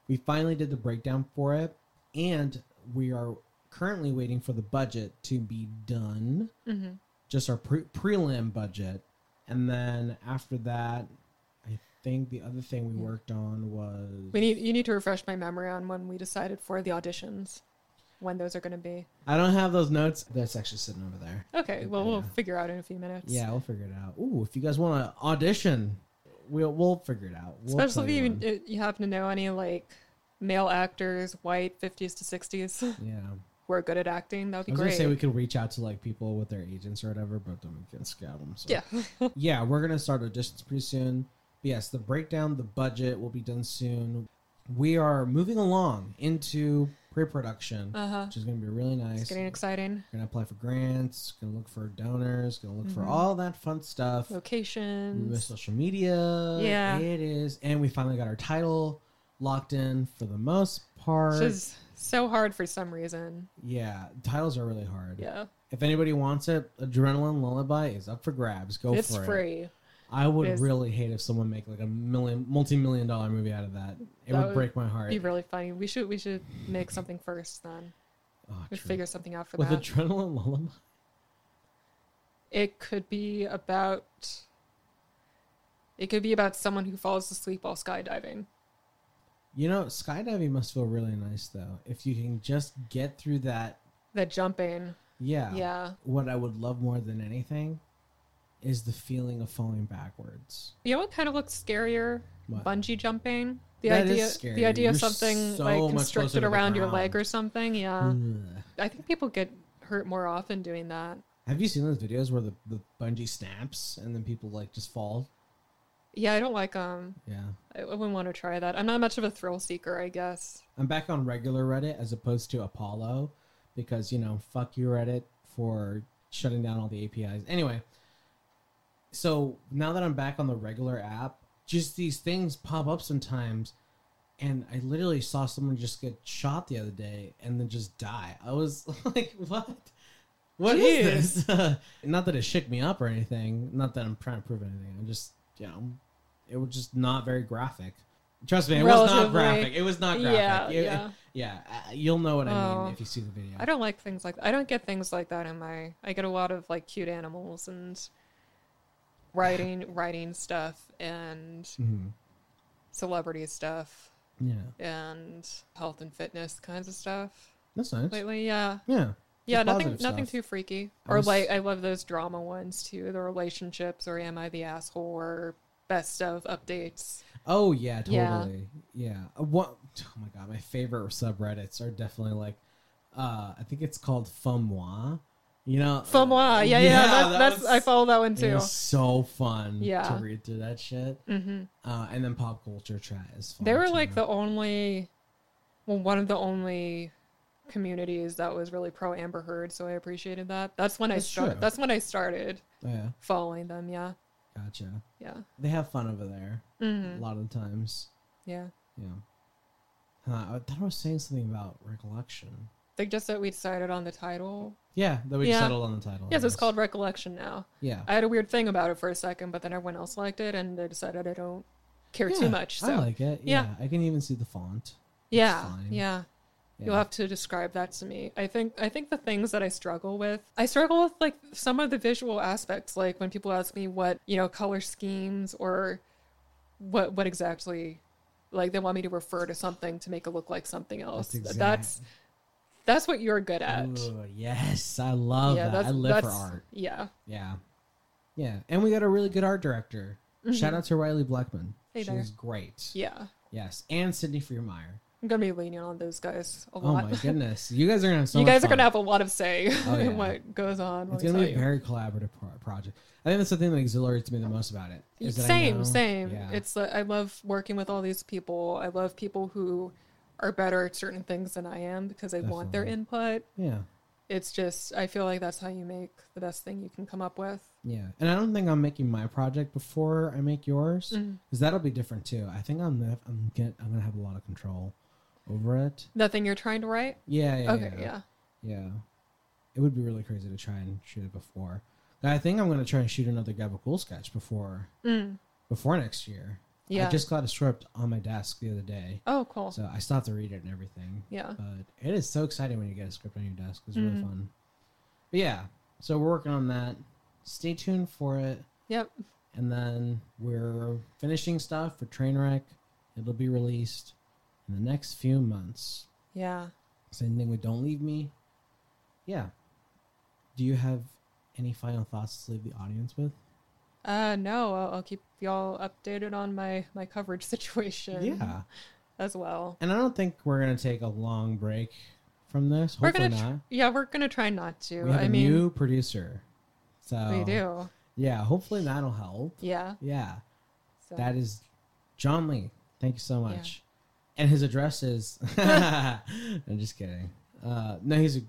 [SPEAKER 2] we finally did the breakdown for it and we are currently waiting for the budget to be done
[SPEAKER 1] hmm
[SPEAKER 2] just our pre- prelim budget and then after that i think the other thing we worked on was
[SPEAKER 1] Hmm. we need you need to refresh my memory on when we decided for the auditions, when those are going to be.
[SPEAKER 2] i don't have those notes that's actually sitting over there
[SPEAKER 1] Okay, well, we'll
[SPEAKER 2] Yeah.
[SPEAKER 1] figure out in a few minutes.
[SPEAKER 2] Yeah, we'll figure it out. Ooh, if you guys want to audition, We'll we'll figure it out. We'll tell
[SPEAKER 1] Especially
[SPEAKER 2] when.
[SPEAKER 1] if you, you happen to know any like male actors, white, 50s to 60s,
[SPEAKER 2] yeah.
[SPEAKER 1] who are good at acting. That would
[SPEAKER 2] I
[SPEAKER 1] be
[SPEAKER 2] was
[SPEAKER 1] great.
[SPEAKER 2] gonna say we could reach out to like people with their agents or whatever, but then we can scout them. So.
[SPEAKER 1] yeah.
[SPEAKER 2] yeah, we're gonna start auditions pretty soon. But yes, the breakdown, the budget will be done soon. We are moving along into pre-production,
[SPEAKER 1] Uh huh.
[SPEAKER 2] which is gonna be really
[SPEAKER 1] It's
[SPEAKER 2] nice.
[SPEAKER 1] getting exciting.
[SPEAKER 2] We're gonna apply for grants, gonna look for donors, gonna look for
[SPEAKER 1] Mhm.
[SPEAKER 2] all that fun stuff. We miss
[SPEAKER 1] Locations.
[SPEAKER 2] social media.
[SPEAKER 1] Yeah.
[SPEAKER 2] it is, and we finally got our title locked in for the most part.
[SPEAKER 1] Which is so hard for some reason.
[SPEAKER 2] yeah, titles are really hard.
[SPEAKER 1] Yeah.
[SPEAKER 2] If anybody wants it, Adrenaline Lullaby is up for grabs. Go
[SPEAKER 1] it's
[SPEAKER 2] for it.
[SPEAKER 1] free.
[SPEAKER 2] I would
[SPEAKER 1] It is-
[SPEAKER 2] really hate if someone make like a million multi-million dollar movie out of that. It
[SPEAKER 1] That
[SPEAKER 2] would,
[SPEAKER 1] would
[SPEAKER 2] break my heart.
[SPEAKER 1] Be really funny. We should we should make something first then.
[SPEAKER 2] Oh,
[SPEAKER 1] We
[SPEAKER 2] true.
[SPEAKER 1] figure something out for
[SPEAKER 2] With
[SPEAKER 1] that.
[SPEAKER 2] adrenaline lullaby.
[SPEAKER 1] it could be about it could be about someone who falls asleep while skydiving.
[SPEAKER 2] You know, skydiving must feel really nice though. If you can just get through that,
[SPEAKER 1] That jumping.
[SPEAKER 2] yeah.
[SPEAKER 1] Yeah.
[SPEAKER 2] What I would love more than anything is the feeling of falling backwards.
[SPEAKER 1] You know what kind of looks scarier?
[SPEAKER 2] What?
[SPEAKER 1] Bungee jumping. The
[SPEAKER 2] That is
[SPEAKER 1] idea
[SPEAKER 2] scary.
[SPEAKER 1] the idea of
[SPEAKER 2] You're
[SPEAKER 1] something
[SPEAKER 2] so much
[SPEAKER 1] like
[SPEAKER 2] closer to
[SPEAKER 1] constricted
[SPEAKER 2] the
[SPEAKER 1] around your
[SPEAKER 2] ground. Hmm.
[SPEAKER 1] leg or something. Yeah.
[SPEAKER 2] Ugh.
[SPEAKER 1] I think people get hurt more often doing that.
[SPEAKER 2] Have you seen those videos where the, the bungee snaps and then people like just fall?
[SPEAKER 1] Yeah, I don't like um
[SPEAKER 2] Yeah.
[SPEAKER 1] I I wouldn't want to try that. I'm not much of a thrill seeker, I guess.
[SPEAKER 2] I'm back on regular Reddit as opposed to Apollo because, you know, fuck you, Reddit, for shutting down all the APIs. Anyway, so now that I'm back on the regular app, just these things pop up sometimes. And I literally saw someone just get shot the other day and then just die. I was like, what? What is this? not that it shook me up or anything. Not that I'm trying to prove anything. I'm just, you know, it was just not very graphic. Trust me, it was not
[SPEAKER 1] Relatively.
[SPEAKER 2] graphic. It was not graphic.
[SPEAKER 1] Yeah,
[SPEAKER 2] It-
[SPEAKER 1] yeah.
[SPEAKER 2] yeah, uh, you'll know what I
[SPEAKER 1] Oh.
[SPEAKER 2] mean if you see the video.
[SPEAKER 1] I don't like things like that. I don't get things like that in my. I get a lot of like cute animals and writing, writing stuff and
[SPEAKER 2] Mhm.
[SPEAKER 1] celebrity stuff
[SPEAKER 2] Yeah,
[SPEAKER 1] and health and fitness kinds of stuff
[SPEAKER 2] that's nice.
[SPEAKER 1] lately. Yeah,
[SPEAKER 2] yeah,
[SPEAKER 1] yeah,
[SPEAKER 2] Just
[SPEAKER 1] nothing,
[SPEAKER 2] positive
[SPEAKER 1] nothing
[SPEAKER 2] stuff.
[SPEAKER 1] too freaky.
[SPEAKER 2] I
[SPEAKER 1] or
[SPEAKER 2] was-
[SPEAKER 1] like I love those drama ones too. The relationships or am I the asshole or best of updates.
[SPEAKER 2] Oh yeah,
[SPEAKER 1] Yeah.
[SPEAKER 2] totally. Yeah. Uh, What? Oh my god, my favorite subreddits are definitely like, uh, I think it's called Fumois. You know, uh,
[SPEAKER 1] From moi, yeah, yeah, that,
[SPEAKER 2] that
[SPEAKER 1] that's
[SPEAKER 2] was-
[SPEAKER 1] I follow that one
[SPEAKER 2] It
[SPEAKER 1] too.
[SPEAKER 2] was so fun.
[SPEAKER 1] Yeah.
[SPEAKER 2] to read through that shit.
[SPEAKER 1] Mm-hmm.
[SPEAKER 2] Uh, and then pop culture chat is fun.
[SPEAKER 1] They were
[SPEAKER 2] too.
[SPEAKER 1] like the only, well, one of the only communities that was really pro Amber Heard, so I appreciated that. That's when
[SPEAKER 2] That's
[SPEAKER 1] I started.
[SPEAKER 2] true.
[SPEAKER 1] That's when I started
[SPEAKER 2] Oh, yeah,
[SPEAKER 1] following them. Yeah,
[SPEAKER 2] gotcha.
[SPEAKER 1] yeah,
[SPEAKER 2] They have fun over there
[SPEAKER 1] hmm
[SPEAKER 2] a lot of the times.
[SPEAKER 1] yeah.
[SPEAKER 2] Yeah. Huh, I thought I was saying something about recollection.
[SPEAKER 1] Like just that we decided on the title.
[SPEAKER 2] Yeah, that we
[SPEAKER 1] Yeah.
[SPEAKER 2] settled on the title.
[SPEAKER 1] Yes, it's
[SPEAKER 2] yes.
[SPEAKER 1] called Recollection now.
[SPEAKER 2] Yeah.
[SPEAKER 1] I had a weird thing about it for a second, but then everyone else liked it, and I decided I don't care too
[SPEAKER 2] Yeah,
[SPEAKER 1] much. So
[SPEAKER 2] I like it. Yeah.
[SPEAKER 1] Yeah.
[SPEAKER 2] I can even see the font.
[SPEAKER 1] yeah,
[SPEAKER 2] fine.
[SPEAKER 1] yeah.
[SPEAKER 2] Yeah.
[SPEAKER 1] You'll have to describe that to me. I think I think the things that I struggle with, I struggle with like some of the visual aspects, like when people ask me what you know color schemes or what what exactly, like they want me to refer to something to make it look like something else. That's
[SPEAKER 2] exact-
[SPEAKER 1] that's, what you're good at.
[SPEAKER 2] Ooh, yes, I love that. I live for art.
[SPEAKER 1] Yeah,
[SPEAKER 2] Yeah, yeah, and we got a really good art director. Shout out to Riley Blackman.
[SPEAKER 1] Mm-hmm. Hey
[SPEAKER 2] She's
[SPEAKER 1] there.
[SPEAKER 2] great.
[SPEAKER 1] yeah.
[SPEAKER 2] Yes, and Sydney Freemeyer.
[SPEAKER 1] I'm gonna be leaning on those guys a
[SPEAKER 2] Oh
[SPEAKER 1] lot.
[SPEAKER 2] my goodness, you guys are gonna have so
[SPEAKER 1] you
[SPEAKER 2] much
[SPEAKER 1] guys are
[SPEAKER 2] fun.
[SPEAKER 1] gonna have a lot of say
[SPEAKER 2] Oh, yeah.
[SPEAKER 1] in what goes on. let
[SPEAKER 2] It's
[SPEAKER 1] me
[SPEAKER 2] gonna be
[SPEAKER 1] tell
[SPEAKER 2] a
[SPEAKER 1] you.
[SPEAKER 2] very collaborative pro- project. I think that's the thing that exhilarates me the most about it. is that I know-
[SPEAKER 1] same same
[SPEAKER 2] Yeah.
[SPEAKER 1] it's uh, i love working with all these people i love people who are better at certain things than i am because i want their input
[SPEAKER 2] yeah.
[SPEAKER 1] it's just i feel like that's how you make the best thing you can come up with
[SPEAKER 2] Yeah, and I don't think I'm making my project before I make yours, because
[SPEAKER 1] Mhm.
[SPEAKER 2] that'll be different too. I think I'm gonna- I'm get, I'm gonna have a lot of control over it.
[SPEAKER 1] the thing you're trying to write
[SPEAKER 2] Yeah, yeah,
[SPEAKER 1] okay
[SPEAKER 2] yeah,
[SPEAKER 1] yeah
[SPEAKER 2] yeah. It would be really crazy to try and shoot it before. And I think I'm gonna try and shoot another Gabagool sketch before
[SPEAKER 1] yeah,
[SPEAKER 2] before next year.
[SPEAKER 1] Mm, yeah.
[SPEAKER 2] I just got a script on my desk the other day,
[SPEAKER 1] oh cool
[SPEAKER 2] so I still have to read it and everything.
[SPEAKER 1] yeah
[SPEAKER 2] But it is so exciting when you get a script on your desk. It's really
[SPEAKER 1] Mhm.
[SPEAKER 2] fun. But yeah, so we're working on that. Stay tuned for it.
[SPEAKER 1] yep
[SPEAKER 2] and then we're finishing stuff for Trainwreck. It'll be released in the next few months.
[SPEAKER 1] yeah
[SPEAKER 2] Same thing with Don't Leave Me. Yeah. Do you have any final thoughts to leave the audience with?
[SPEAKER 1] Uh, no, I'll, I'll keep y'all updated on my my coverage situation.
[SPEAKER 2] Yeah.
[SPEAKER 1] as well.
[SPEAKER 2] And I don't think we're gonna take a long break from this.
[SPEAKER 1] We're
[SPEAKER 2] Hopefully
[SPEAKER 1] gonna, tr-
[SPEAKER 2] not.
[SPEAKER 1] yeah, we're gonna try not to.
[SPEAKER 2] we have
[SPEAKER 1] I
[SPEAKER 2] a
[SPEAKER 1] mean,
[SPEAKER 2] new uh, producer. So
[SPEAKER 1] we do.
[SPEAKER 2] Yeah, hopefully that'll help.
[SPEAKER 1] Yeah.
[SPEAKER 2] Yeah.
[SPEAKER 1] So.
[SPEAKER 2] That is John Lee. Thank you so
[SPEAKER 1] Yeah.
[SPEAKER 2] much. And his address is. I'm just kidding. Uh, no, he's a.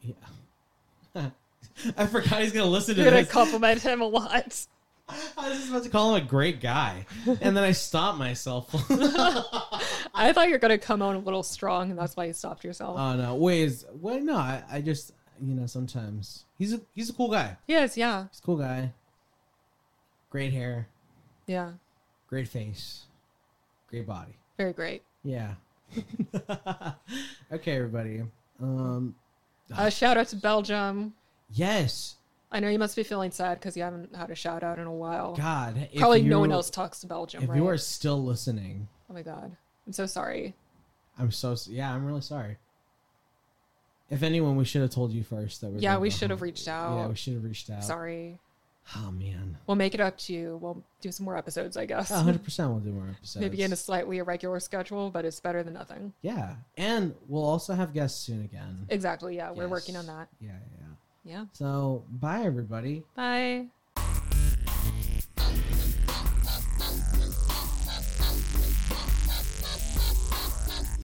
[SPEAKER 2] Yeah. I forgot he's gonna listen to
[SPEAKER 1] You're gonna
[SPEAKER 2] this.
[SPEAKER 1] compliment him a lot.
[SPEAKER 2] I was just about to call him a great guy, and then I stopped myself.
[SPEAKER 1] I thought you were gonna come on a little strong, and that's why you stopped yourself.
[SPEAKER 2] oh no! Wait, is, wait, no. I, I just you know sometimes he's a he's a cool guy.
[SPEAKER 1] yes, yeah,
[SPEAKER 2] He's a cool guy. Great hair,
[SPEAKER 1] yeah,
[SPEAKER 2] great face, great body.
[SPEAKER 1] very great.
[SPEAKER 2] Yeah. okay, everybody. Um,
[SPEAKER 1] Uh, shout out to Belgium.
[SPEAKER 2] yes,
[SPEAKER 1] I know you must be feeling sad because you haven't had a shout out in a while.
[SPEAKER 2] God. if
[SPEAKER 1] Probably no one
[SPEAKER 2] you-
[SPEAKER 1] else talks to Belgium,
[SPEAKER 2] If
[SPEAKER 1] right?
[SPEAKER 2] you are still listening,
[SPEAKER 1] Oh my god, I'm so sorry.
[SPEAKER 2] I'm so s- yeah. I'm really sorry. If anyone, we should have told you first that we.
[SPEAKER 1] Yeah, we should have reached
[SPEAKER 2] Yeah, we
[SPEAKER 1] out.
[SPEAKER 2] should have reached out.
[SPEAKER 1] sorry.
[SPEAKER 2] Oh man.
[SPEAKER 1] We'll make it up to you. We'll do some more episodes, I guess.
[SPEAKER 2] 100 percent. We'll do more episodes.
[SPEAKER 1] Maybe in a slightly irregular schedule, but it's better than nothing.
[SPEAKER 2] yeah, and we'll also have guests soon again.
[SPEAKER 1] Exactly. Yeah, we're working on
[SPEAKER 2] Yes.
[SPEAKER 1] that.
[SPEAKER 2] Yeah, yeah. yeah.
[SPEAKER 1] Yeah.
[SPEAKER 2] So bye, everybody.
[SPEAKER 1] Bye.